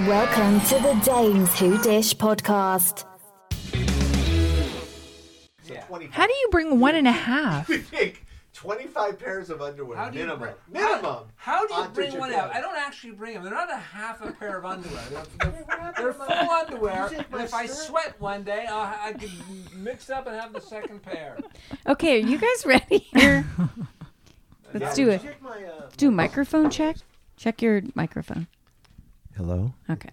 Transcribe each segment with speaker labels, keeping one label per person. Speaker 1: Welcome to the Dames Who Dish podcast.
Speaker 2: So 25
Speaker 3: How do you bring one and a half?
Speaker 2: pick 25 pairs of underwear
Speaker 4: How do you
Speaker 2: minimum.
Speaker 4: bring-
Speaker 2: minimum.
Speaker 4: How do you
Speaker 2: onto
Speaker 4: bring one
Speaker 2: Japan.
Speaker 4: out? I don't actually bring them. They're not a half a pair of underwear. They're, they're, they're full underwear. And if I sweat one day, I'll, ha- I could mix up and have the second pair.
Speaker 5: Okay, are you guys ready here? Let's do it.
Speaker 2: Check my, uh,
Speaker 5: Do microphone check. Check your microphone.
Speaker 6: Hello.
Speaker 5: Okay.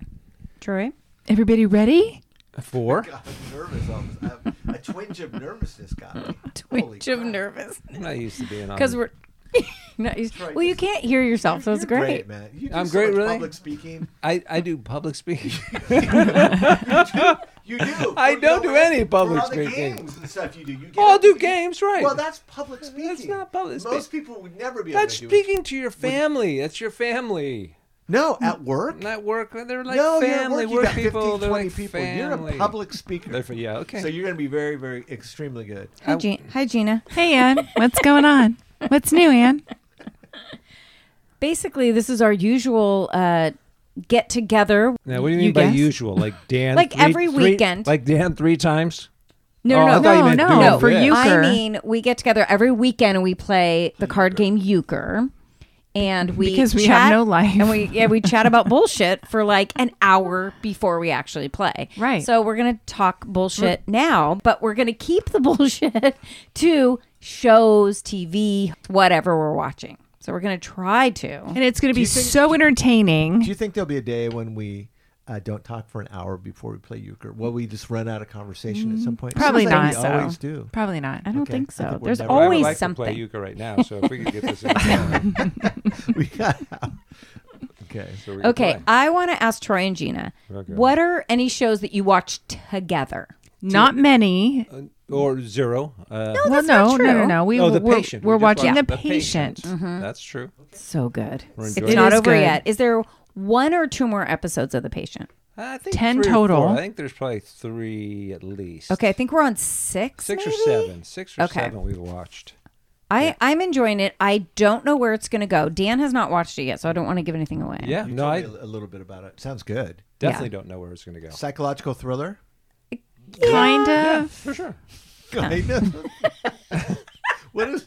Speaker 5: Troy?
Speaker 3: Everybody ready?
Speaker 6: Four.
Speaker 2: God, I'm nervous. almost. I have a twinge of nervousness got me. Holy
Speaker 5: Twitch of
Speaker 2: crap.
Speaker 5: nervous.
Speaker 6: I'm not used to being on.
Speaker 5: Because we're. not used-
Speaker 2: Troy,
Speaker 5: well, you
Speaker 2: just-
Speaker 5: can't hear yourself, so it's
Speaker 2: You're
Speaker 5: great.
Speaker 2: man. You do
Speaker 6: I'm
Speaker 2: so
Speaker 6: great,
Speaker 2: much
Speaker 6: really?
Speaker 2: Public speaking.
Speaker 6: I, I do public speaking.
Speaker 2: You do.
Speaker 6: I
Speaker 2: You
Speaker 6: don't
Speaker 2: know,
Speaker 6: do any
Speaker 2: for
Speaker 6: public
Speaker 2: all the
Speaker 6: speaking.
Speaker 2: games and stuff you do. You get
Speaker 6: oh, I'll
Speaker 2: up-
Speaker 6: do
Speaker 2: you-
Speaker 6: games, right?
Speaker 2: Well, that's public speaking.
Speaker 6: not public speaking.
Speaker 2: Most people would never be
Speaker 6: That's
Speaker 2: able to do it.
Speaker 6: speaking to your family. That's your family.
Speaker 2: No, at work.
Speaker 6: Not work. They're like
Speaker 2: no,
Speaker 6: family.
Speaker 2: you're at work. You got
Speaker 6: people.
Speaker 2: 15,
Speaker 6: they're
Speaker 2: 20
Speaker 6: like
Speaker 2: people.
Speaker 6: Family.
Speaker 2: You're a public speaker.
Speaker 6: They're for- yeah. Okay.
Speaker 2: So you're going to be very, very, extremely good.
Speaker 5: Hi, Gina. Hi, Gina.
Speaker 3: Hey, Ann. What's going on? What's new, Ann?
Speaker 5: Basically, this is our usual uh, get together.
Speaker 6: now, what do you
Speaker 5: You
Speaker 6: mean by
Speaker 5: guess?
Speaker 6: usual? Like Dan?
Speaker 5: Like
Speaker 6: three-
Speaker 5: every
Speaker 6: three-
Speaker 5: weekend.
Speaker 6: Like Dan three times.
Speaker 5: No,
Speaker 6: Oh,
Speaker 5: no,
Speaker 6: I
Speaker 5: no.
Speaker 6: thought you meant
Speaker 3: no,
Speaker 6: doing
Speaker 3: no,
Speaker 6: it
Speaker 3: for
Speaker 6: with.
Speaker 3: you.
Speaker 5: I
Speaker 3: Euchre.
Speaker 5: mean, we get together every weekend and we play the card game euchre, and we
Speaker 3: Because we
Speaker 5: chat,
Speaker 3: have no life.
Speaker 5: and we yeah we chat about bullshit for like an hour before we actually play.
Speaker 3: Right.
Speaker 5: So we're gonna talk bullshit now, but we're gonna keep the bullshit to shows, TV, whatever we're watching. So we're gonna try to.
Speaker 3: And it's going to be so entertaining.
Speaker 2: Do you think there'll be a day when we uh, don't talk for an hour before we play euchre? Will we just run out of conversation at some point?
Speaker 3: Mm, Probably
Speaker 2: Seems like
Speaker 3: not.
Speaker 2: We
Speaker 3: So.
Speaker 2: always do.
Speaker 3: Probably not.
Speaker 5: I don't
Speaker 2: Okay.
Speaker 5: think so.
Speaker 2: I think we're
Speaker 5: There's
Speaker 2: never- I
Speaker 6: I
Speaker 2: would
Speaker 6: would
Speaker 5: always
Speaker 6: like to play
Speaker 5: something.
Speaker 6: euchra right now. So if we could get this in the calendar,
Speaker 2: we got okay.
Speaker 6: so we could
Speaker 5: Okay,
Speaker 6: play.
Speaker 5: I want to ask Troy and Gina,
Speaker 6: Okay.
Speaker 5: what are any shows that you watch together?
Speaker 3: Not many.
Speaker 6: Or zero. Uh,
Speaker 3: well,
Speaker 5: that's
Speaker 3: no,
Speaker 5: not
Speaker 3: no, no,
Speaker 5: true.
Speaker 3: no. We,
Speaker 6: oh, the
Speaker 3: we're,
Speaker 6: patient. We
Speaker 3: We're
Speaker 6: just
Speaker 3: watching The
Speaker 6: watched Mm-hmm.
Speaker 3: Patient.
Speaker 5: Mm-hmm.
Speaker 6: That's true.
Speaker 5: So good.
Speaker 6: We're
Speaker 5: It's
Speaker 6: enjoying it.
Speaker 5: not
Speaker 3: It is
Speaker 5: over
Speaker 3: good.
Speaker 5: yet. Is there one or two more episodes of The Patient?
Speaker 6: I think
Speaker 3: 10
Speaker 6: three or
Speaker 3: total.
Speaker 6: four. I think there's probably three at least.
Speaker 5: Okay, I think we're on six.
Speaker 6: Six
Speaker 5: maybe?
Speaker 6: or seven. Six or
Speaker 5: Okay.
Speaker 6: seven we've watched.
Speaker 5: I, I'm enjoying it. I don't know where it's going to go. Dan has not watched it yet, so I don't want to give anything away.
Speaker 6: Yeah.
Speaker 2: You
Speaker 6: no,
Speaker 2: told
Speaker 6: I
Speaker 2: me a little bit about it. Sounds good.
Speaker 6: definitely don't know where it's going to go.
Speaker 2: Psychological thriller.
Speaker 3: Kind of.
Speaker 6: For sure.
Speaker 2: Kind of. what is?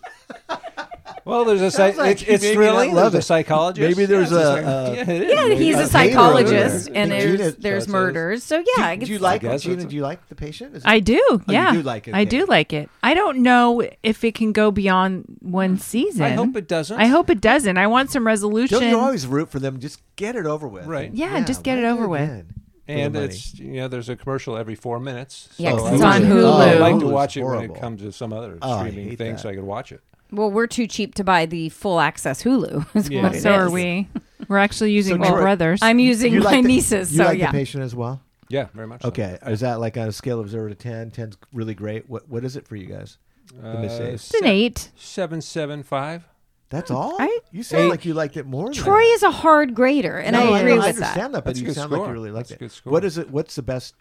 Speaker 6: Well, there's a psych-
Speaker 2: like
Speaker 6: it's, it's
Speaker 2: maybe
Speaker 6: thrilling.
Speaker 2: I love
Speaker 6: There's a
Speaker 2: it.
Speaker 6: psychologist.
Speaker 2: Maybe there's
Speaker 6: Yeah,
Speaker 2: a-
Speaker 6: it's
Speaker 2: a-
Speaker 6: yeah, it is.
Speaker 5: Yeah,
Speaker 6: Maybe
Speaker 5: he's a
Speaker 6: there's hater over there.
Speaker 5: psychologist, and
Speaker 2: Gina-
Speaker 5: there's there's
Speaker 6: That's it.
Speaker 5: murders. So yeah, I
Speaker 2: Do
Speaker 5: guess-
Speaker 2: you like
Speaker 6: I guess
Speaker 2: Gina?
Speaker 6: that's-
Speaker 2: Do you like the patient? Is it-
Speaker 3: I do. yeah.
Speaker 2: do like it
Speaker 3: I
Speaker 2: then.
Speaker 3: do like it. I don't know if it can go beyond one season.
Speaker 6: I hope it doesn't.
Speaker 3: I hope it doesn't. I want some resolution.
Speaker 2: Don't you always root for them? Just get it over with.
Speaker 6: Right.
Speaker 3: Yeah, just get
Speaker 2: why
Speaker 3: it
Speaker 2: do
Speaker 3: over with.
Speaker 2: again? For the
Speaker 6: And
Speaker 2: money.
Speaker 6: it's you know there's a commercial every four minutes.
Speaker 5: Yeah,
Speaker 6: So
Speaker 5: 'cause
Speaker 6: I
Speaker 5: it's
Speaker 6: would-
Speaker 5: on
Speaker 6: I
Speaker 5: Hulu.
Speaker 6: like to
Speaker 2: Hulu's
Speaker 6: watch it when
Speaker 2: Oh, horrible.
Speaker 6: it comes to some other
Speaker 2: Oh, I
Speaker 6: streaming
Speaker 2: hate
Speaker 6: thing,
Speaker 2: that.
Speaker 6: so I could watch it.
Speaker 5: well, we're too cheap to buy the full access Hulu. is
Speaker 6: Yeah.
Speaker 5: what it
Speaker 3: So are
Speaker 5: is.
Speaker 3: we. We're actually using my
Speaker 2: Troy-
Speaker 3: brothers.
Speaker 5: I'm using
Speaker 2: You
Speaker 5: my
Speaker 2: like the-
Speaker 5: nieces,
Speaker 2: You
Speaker 5: so
Speaker 2: like
Speaker 5: yeah.
Speaker 2: the patient as well.
Speaker 6: Yeah, very much. so.
Speaker 2: Okay, is that like on a scale of zero to 10? 10's really great. What what is it for you guys? Let me
Speaker 6: Uh,
Speaker 2: see.
Speaker 3: it's an eight.
Speaker 6: Seven seven five.
Speaker 2: That's all.
Speaker 5: I-
Speaker 2: you sound like you liked it more. than
Speaker 5: Troy
Speaker 2: I.
Speaker 5: is a hard grader, and
Speaker 2: No,
Speaker 5: I agree
Speaker 2: I
Speaker 5: with
Speaker 2: understand
Speaker 5: that.
Speaker 2: that, but
Speaker 6: That's a
Speaker 2: you
Speaker 6: good
Speaker 2: sound like
Speaker 6: score.
Speaker 2: you really liked
Speaker 6: That's a
Speaker 2: it.
Speaker 6: good score.
Speaker 2: What is it? What's the best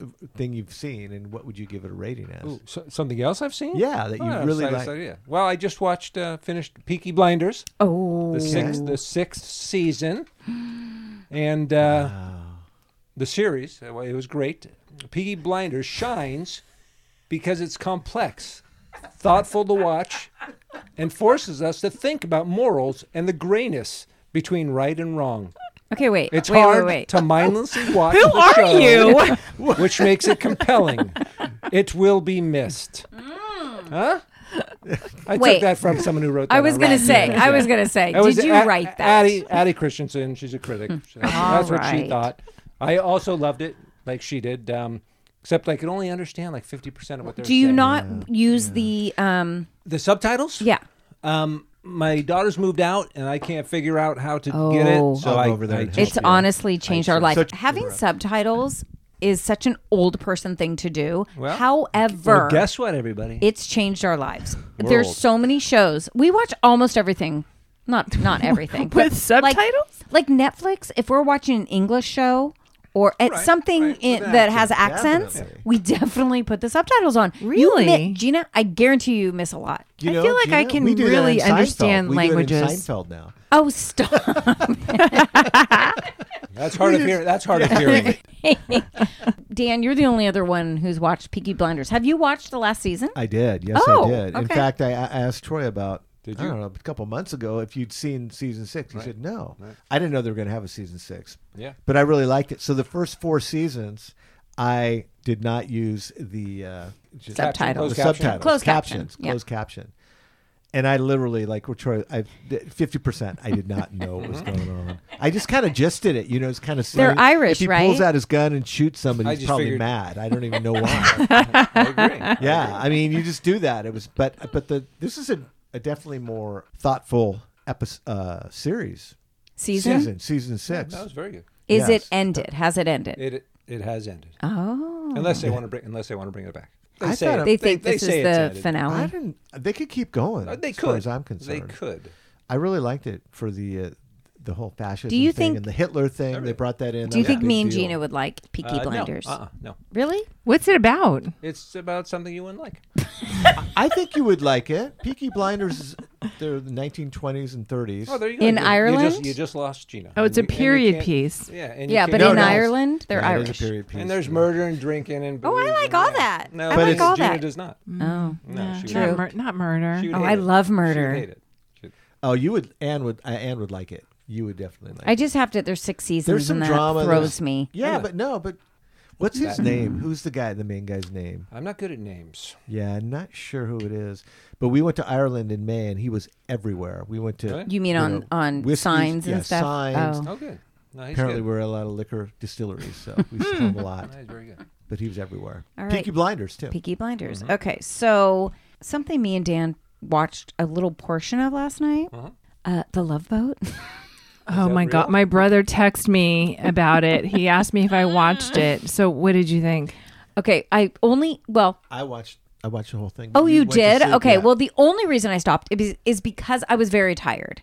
Speaker 2: uh, thing you've seen, and what would you give it a rating as?
Speaker 6: Ooh, so, something else I've seen? Oh,
Speaker 2: Yeah, that you
Speaker 6: I have a
Speaker 2: really
Speaker 6: slight
Speaker 2: like.
Speaker 6: idea. Well, I just watched uh, finished Peaky Blinders,
Speaker 5: Oh,
Speaker 6: the sixth the sixth season, and uh, the series. uh, well, It was great. Peaky Blinders shines because it's complex, thoughtful to watch, and forces us to think about morals and the grayness between right and wrong.
Speaker 5: okay. Wait,
Speaker 6: It's
Speaker 5: wait,
Speaker 6: hard
Speaker 5: wait, wait.
Speaker 6: to mindlessly watch Who the are show, you? which makes it compelling. It will be missed. Huh? I
Speaker 5: Wait.
Speaker 6: took that from someone who wrote that.
Speaker 5: I was
Speaker 6: on
Speaker 5: gonna
Speaker 6: Rotten
Speaker 5: say.
Speaker 6: Tomatoes.
Speaker 5: I was gonna say.
Speaker 6: That was
Speaker 5: Did you
Speaker 6: A-
Speaker 5: write that? Mm.
Speaker 6: Addie, Addie Christensen, she's a critic. That's, that's what
Speaker 5: Alright.
Speaker 6: she thought. I also loved it, like she did. Um, except I could only understand like fifty percent of what they're
Speaker 5: Do you
Speaker 6: saying.
Speaker 5: not use the um?
Speaker 6: the subtitles?
Speaker 5: Yeah.
Speaker 6: Um, my daughter's moved out, and I can't figure out how to get it.
Speaker 5: Oh.
Speaker 6: So
Speaker 2: I'll go
Speaker 6: I,
Speaker 2: over there
Speaker 6: I
Speaker 2: and help
Speaker 5: It's
Speaker 6: just- yeah.
Speaker 5: honestly changed our life.
Speaker 2: Such-
Speaker 5: Having subtitles is such an old person thing to do.
Speaker 6: Well,
Speaker 5: However,
Speaker 6: Well, guess what, everybody?
Speaker 5: it's changed our lives.
Speaker 6: old.
Speaker 5: There's so many shows. We watch almost everything. Not not everything.
Speaker 3: With
Speaker 5: but, like-
Speaker 3: subtitles?
Speaker 5: Like, Netflix, if we're watching an English show, or at
Speaker 6: Right,
Speaker 5: something
Speaker 6: right,
Speaker 5: in,
Speaker 6: with an
Speaker 5: that has
Speaker 2: accent,
Speaker 5: accents,
Speaker 2: definitely.
Speaker 5: we definitely put the subtitles on. You
Speaker 3: Really?
Speaker 5: mi- Gina? I guarantee you miss a lot.
Speaker 2: You
Speaker 3: I
Speaker 2: know,
Speaker 3: feel like I
Speaker 2: Gina,
Speaker 3: can
Speaker 2: we do that in
Speaker 3: really
Speaker 2: Seinfeld.
Speaker 3: understand
Speaker 2: we do it in
Speaker 3: languages.
Speaker 2: Seinfeld now.
Speaker 5: Oh, stop!
Speaker 6: That's hard of hearing. That's hard of hearing.
Speaker 5: Dan, you're the only other one who's watched Peaky Blinders. Have you watched the last season?
Speaker 2: I did. Yes,
Speaker 5: Oh,
Speaker 2: I did. In
Speaker 5: okay.
Speaker 2: fact, I, I asked Troy about.
Speaker 6: Did
Speaker 2: I
Speaker 6: you?
Speaker 2: don't know, a couple months ago, if you'd seen season six, he said no. I didn't know they were going to have a season six.
Speaker 6: Yeah.
Speaker 2: but I really liked it. So the first four seasons, I did not use the uh, just-
Speaker 6: Closed
Speaker 2: the
Speaker 5: Subtitles.
Speaker 6: caption.
Speaker 2: subtitles,
Speaker 5: Closed caption,
Speaker 2: captions,
Speaker 5: yeah.
Speaker 2: closed caption. And I literally like we're trying. I fifty percent. I did not know what was going on. I just kind of just did it. You know, it's kind of
Speaker 5: They're
Speaker 2: If
Speaker 5: Irish,
Speaker 2: he
Speaker 5: right?
Speaker 2: pulls out his gun and shoots somebody,
Speaker 6: I
Speaker 2: he's
Speaker 6: just
Speaker 2: probably
Speaker 6: figured-
Speaker 2: mad. I don't even know why.
Speaker 6: I agree.
Speaker 2: yeah, I mean, you just do that. It was, but but the this is a, a definitely more thoughtful episode uh, series
Speaker 5: Season?
Speaker 2: season season six.
Speaker 6: That was very good.
Speaker 5: Is
Speaker 2: Yes.
Speaker 5: it ended? Has it ended?
Speaker 6: It it has ended.
Speaker 2: Uh,
Speaker 5: oh,
Speaker 6: Unless they want to bring unless they want to bring it back. They
Speaker 2: I
Speaker 6: say
Speaker 2: thought
Speaker 6: it-
Speaker 2: it-
Speaker 5: they think this
Speaker 6: say it's
Speaker 5: is the
Speaker 6: ended.
Speaker 2: I
Speaker 5: finale.
Speaker 2: didn't. They could keep going.
Speaker 6: Uh, They
Speaker 2: as
Speaker 6: could.
Speaker 2: far as I'm concerned.
Speaker 6: They could.
Speaker 2: I really liked it for the uh, the whole fascism
Speaker 5: Do you
Speaker 2: thing
Speaker 5: think-
Speaker 2: and the Hitler thing. They
Speaker 6: Everything.
Speaker 2: brought that in.
Speaker 5: Do you
Speaker 2: That was a
Speaker 5: think
Speaker 2: big
Speaker 5: me and
Speaker 2: deal.
Speaker 5: Gina would like Peaky
Speaker 6: Uh,
Speaker 5: Blinders?
Speaker 2: Mm.
Speaker 6: No, uh-uh, no.
Speaker 5: Really?
Speaker 3: What's it about?
Speaker 6: It's about something you wouldn't like.
Speaker 2: I think you would like it. Peaky Blinders, is- they're the 1920s and 30s.
Speaker 6: Oh, there you go.
Speaker 5: In
Speaker 6: You- you
Speaker 5: Ireland?
Speaker 6: just, you just lost Gina.
Speaker 3: Oh, it's
Speaker 6: And you- and
Speaker 3: a
Speaker 6: you
Speaker 3: period
Speaker 6: can't-
Speaker 3: piece.
Speaker 6: Yeah, and you
Speaker 5: Yeah,
Speaker 6: can't-
Speaker 5: but
Speaker 2: No,
Speaker 5: in
Speaker 2: no.
Speaker 5: Ireland, they're
Speaker 2: Yeah, it is
Speaker 5: Irish.
Speaker 2: a period piece.
Speaker 6: and there's murder and drinking and.
Speaker 5: Oh, I
Speaker 6: booze
Speaker 5: like
Speaker 6: and
Speaker 5: all that.
Speaker 6: No,
Speaker 5: I
Speaker 6: but
Speaker 2: like
Speaker 6: it's-
Speaker 5: all
Speaker 6: Gina
Speaker 5: that.
Speaker 6: does not.
Speaker 2: Mm.
Speaker 5: Oh.
Speaker 6: No, she
Speaker 5: True.
Speaker 3: Not,
Speaker 6: would-
Speaker 3: mur- not
Speaker 6: she
Speaker 3: murder.
Speaker 6: would
Speaker 5: Oh,
Speaker 6: hate
Speaker 5: I
Speaker 6: it.
Speaker 5: love
Speaker 6: She would
Speaker 5: murder.
Speaker 6: hate it. She-
Speaker 2: Oh, you would. Anne would. Uh, Anne would like it. You would definitely like.
Speaker 5: I
Speaker 2: it.
Speaker 5: just have to. There's six seasons,
Speaker 2: There's some
Speaker 5: and that
Speaker 2: drama.
Speaker 5: throws
Speaker 2: there's-
Speaker 5: me.
Speaker 2: Yeah,
Speaker 6: Yeah.
Speaker 2: but no, but what's his name? Who's the guy? The main guy's name?
Speaker 6: I'm not good at names.
Speaker 2: Yeah, I'm not sure who it is. But we went to Ireland in May, and he was everywhere. We went to
Speaker 6: Really?
Speaker 5: You mean on
Speaker 2: know,
Speaker 5: on
Speaker 2: whiskeys-
Speaker 5: signs and
Speaker 2: yeah,
Speaker 5: stuff?
Speaker 2: signs.
Speaker 5: Oh.
Speaker 6: Oh, good. No, he's
Speaker 2: apparently
Speaker 6: good.
Speaker 2: we're at a lot of liquor distilleries, so we saw him a lot.
Speaker 6: No, he's very good.
Speaker 2: But he was everywhere.
Speaker 5: Hmm. All
Speaker 2: Peaky
Speaker 5: right.
Speaker 2: Blinders too.
Speaker 5: Peaky Blinders.
Speaker 2: Mm-hmm.
Speaker 5: Okay, so something me and Dan watched a little portion of last night. uh
Speaker 2: Mm-hmm.
Speaker 5: the Love Boat.
Speaker 3: Oh
Speaker 6: that
Speaker 3: my god,
Speaker 6: real?
Speaker 3: my brother texted me about it. He asked me if I watched it. So what did you think?
Speaker 5: okay, I only well.
Speaker 2: I watched. I watched the whole thing.
Speaker 5: Oh, you,
Speaker 2: went to
Speaker 5: did?
Speaker 2: see it?
Speaker 5: Okay.
Speaker 2: Yeah.
Speaker 5: Well, the only reason I stopped is, is because I was very tired.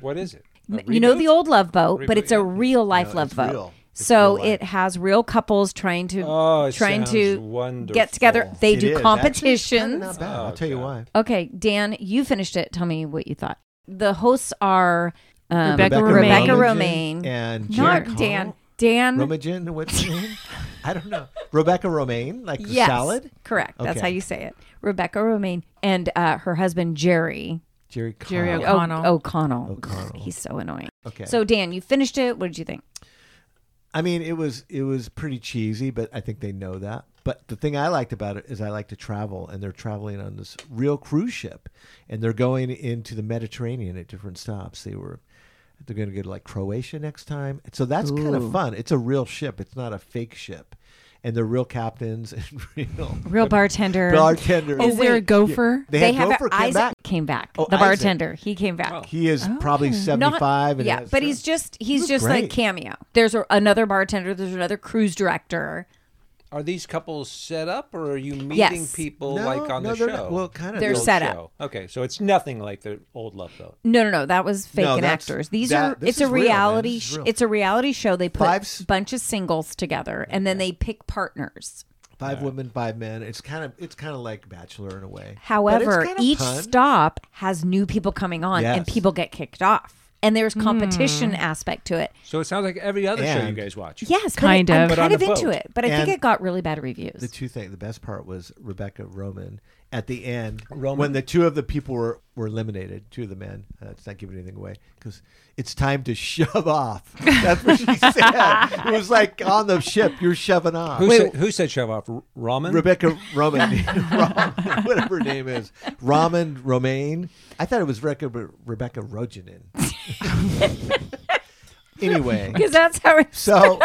Speaker 6: What is it?
Speaker 5: N- you know the old love boat, but
Speaker 6: Reboot,
Speaker 5: it's a
Speaker 6: yeah.
Speaker 5: real life
Speaker 2: No,
Speaker 5: love
Speaker 2: it's
Speaker 5: boat.
Speaker 2: real. It's
Speaker 5: So
Speaker 2: real life.
Speaker 5: it has real couples trying to
Speaker 6: Oh, it
Speaker 5: trying
Speaker 6: sounds
Speaker 5: to get
Speaker 6: wonderful.
Speaker 5: together. They
Speaker 2: It
Speaker 5: do
Speaker 2: is. Actually, it's kinda
Speaker 5: competitions. Oh,
Speaker 2: not bad. I'll tell you why.
Speaker 5: Okay, Dan, you finished it. Tell me what you thought. The hosts are um,
Speaker 3: Rebecca
Speaker 5: Rebecca
Speaker 2: Romaine
Speaker 5: Romaine,
Speaker 2: and
Speaker 5: not
Speaker 2: Jan
Speaker 5: Dan.
Speaker 2: Connell?
Speaker 5: Dan,
Speaker 2: Romagen, what's her name? I don't know. Rebecca Romaine, like the
Speaker 5: yes,
Speaker 2: salad.
Speaker 5: correct. That's
Speaker 2: Okay.
Speaker 5: how you say it. Rebecca Romaine and uh, her husband Jerry
Speaker 2: Jerry.
Speaker 3: Jerry
Speaker 2: Connell.
Speaker 5: O-
Speaker 3: O'Connell.
Speaker 5: O'Connell.
Speaker 3: Oh,
Speaker 2: O'Connell.
Speaker 5: He's so annoying.
Speaker 2: Okay.
Speaker 5: So Dan, you finished it. What did you think?
Speaker 2: I mean, it was it was pretty cheesy, but I think they know that. But the thing I liked about it is I like to travel, and they're traveling on this real cruise ship, and they're going into the Mediterranean at different stops. They were they're going to go to like Croatia next time, so that's kind of fun. It's a real ship; it's not a fake ship, and they're real captains and real
Speaker 5: Real bartender.
Speaker 2: bartenders.
Speaker 3: Is
Speaker 5: Oh,
Speaker 3: there a gopher?
Speaker 2: They, had Gopher
Speaker 5: a-
Speaker 2: came
Speaker 5: Isaac
Speaker 2: back.
Speaker 5: came back.
Speaker 2: Oh,
Speaker 5: the
Speaker 2: Isaac.
Speaker 5: bartender, he came back.
Speaker 2: He is probably
Speaker 5: Not-
Speaker 2: seventy five, and
Speaker 5: yeah,
Speaker 2: has-
Speaker 5: but he's just he's
Speaker 2: was
Speaker 5: just like
Speaker 2: great.
Speaker 5: cameo. There's a, another bartender. There's another cruise director.
Speaker 6: Are these couples set up, or are you meeting
Speaker 5: Yes.
Speaker 6: people
Speaker 2: No,
Speaker 6: like on
Speaker 2: no,
Speaker 6: the
Speaker 2: they're not.
Speaker 6: show?
Speaker 2: Well, kind of
Speaker 5: They're
Speaker 6: The
Speaker 2: they'll-
Speaker 6: old
Speaker 5: set up.
Speaker 6: show. Okay, so it's nothing like the old Love Boat.
Speaker 5: No, no, no. That was fake
Speaker 2: No,
Speaker 5: and
Speaker 2: that's-
Speaker 5: actors. These
Speaker 2: that-
Speaker 5: are.
Speaker 2: this
Speaker 5: It's a
Speaker 2: is real, man.
Speaker 5: reality.
Speaker 2: This is
Speaker 5: sh-
Speaker 2: real.
Speaker 5: it's a reality show. They put
Speaker 2: Five s-
Speaker 5: a bunch of singles together, and then they pick partners.
Speaker 2: Five women, five men. It's kind of it's kind of like Bachelor in a way. But it's
Speaker 5: However,
Speaker 2: kind of
Speaker 5: each
Speaker 2: fun.
Speaker 5: stop has new people coming on, and
Speaker 2: Yes.
Speaker 5: people get kicked off. And there's
Speaker 3: Hmm.
Speaker 5: competition aspect to it.
Speaker 6: So it sounds like every other show you
Speaker 2: And-
Speaker 6: guys watch.
Speaker 5: Yes, but
Speaker 3: Kind
Speaker 5: I- I'm
Speaker 3: of. But
Speaker 5: kind
Speaker 6: on
Speaker 5: of
Speaker 6: a
Speaker 5: into
Speaker 6: boat.
Speaker 5: it, but I think
Speaker 2: And-
Speaker 5: it got really bad reviews.
Speaker 2: the two things. The best part was Rebecca Roman at the end
Speaker 6: Roman.
Speaker 2: when the two of the people were were eliminated. Two of the men. Uh, it's not giving anything away because it's time to shove off. That's what she said. It was like on the ship, you're shoving off.
Speaker 6: Who, said, who said shove off? R- Ramen?
Speaker 2: Rebecca Roman, Ramen, whatever her name is, Ramen Romaine. I thought it was Rebecca Rebecca Rogenin. anyway,
Speaker 5: Because that's how it
Speaker 2: so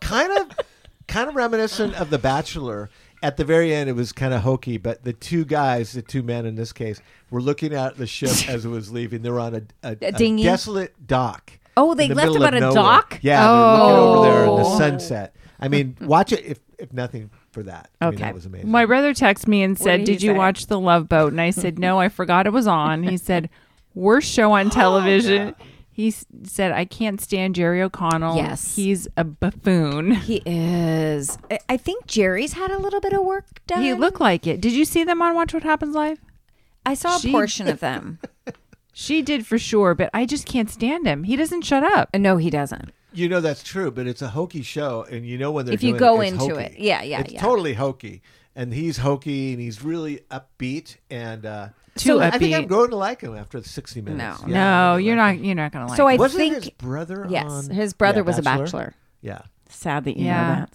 Speaker 2: kind of kind of reminiscent of The Bachelor. At the very end, it was kind of hokey, but the two guys, the two men in this case, were looking out the ship as it was leaving. They were on a, a,
Speaker 5: A dinghy?
Speaker 2: desolate dock.
Speaker 5: Oh, they
Speaker 2: in the
Speaker 5: left
Speaker 2: middle
Speaker 5: them
Speaker 2: of
Speaker 5: on a
Speaker 2: nowhere.
Speaker 5: dock?
Speaker 2: Yeah, they were looking over there in the
Speaker 5: Oh.
Speaker 2: sunset. I mean, watch it if if nothing for that. I mean,
Speaker 5: Okay.
Speaker 2: that was amazing.
Speaker 3: My brother texted me and said,
Speaker 5: did
Speaker 3: "Did,
Speaker 5: he
Speaker 3: you
Speaker 5: say?
Speaker 3: watch The Love Boat?" And I said, "No, I forgot it was on." He said, "Worst show on television." He s- said, "I can't stand Jerry O'Connell.
Speaker 5: Yes.
Speaker 3: he's a buffoon."
Speaker 5: He is. I- I think Jerry's had a little bit of work done.
Speaker 3: He looked like it. Did you see them on Watch What Happens Live?
Speaker 5: I saw a
Speaker 3: She-
Speaker 5: portion of them.
Speaker 3: She did for sure, but I just can't stand him. He doesn't shut up.
Speaker 5: Uh, No, he doesn't.
Speaker 2: You know that's true, but it's a hokey show, and you know when they're
Speaker 5: If you
Speaker 2: doing
Speaker 5: go
Speaker 2: it's
Speaker 5: into
Speaker 2: hokey.
Speaker 5: it. Yeah, yeah,
Speaker 2: it's
Speaker 5: yeah.
Speaker 2: totally hokey. And he's hokey, and he's really upbeat, and uh,
Speaker 3: Too
Speaker 2: I think I'm
Speaker 3: upbeat.
Speaker 2: growing to like him after the 60 minutes.
Speaker 5: No.
Speaker 2: Yeah,
Speaker 3: no,
Speaker 2: I really
Speaker 3: you're
Speaker 2: like
Speaker 3: not.
Speaker 2: him.
Speaker 3: You're not gonna like.
Speaker 5: So I
Speaker 2: Wasn't
Speaker 5: think
Speaker 2: his brother?
Speaker 5: yes,
Speaker 2: on-
Speaker 5: his brother
Speaker 2: yeah,
Speaker 5: was a bachelor.
Speaker 2: Yeah,
Speaker 5: Sad that you
Speaker 3: Yeah.
Speaker 5: know that.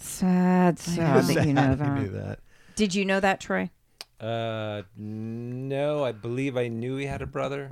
Speaker 5: Sad, sad
Speaker 2: Sad
Speaker 5: that you know
Speaker 2: I knew
Speaker 5: that.
Speaker 2: that.
Speaker 5: Did you know that, Troy?
Speaker 6: Uh, no, I believe I knew he had a brother.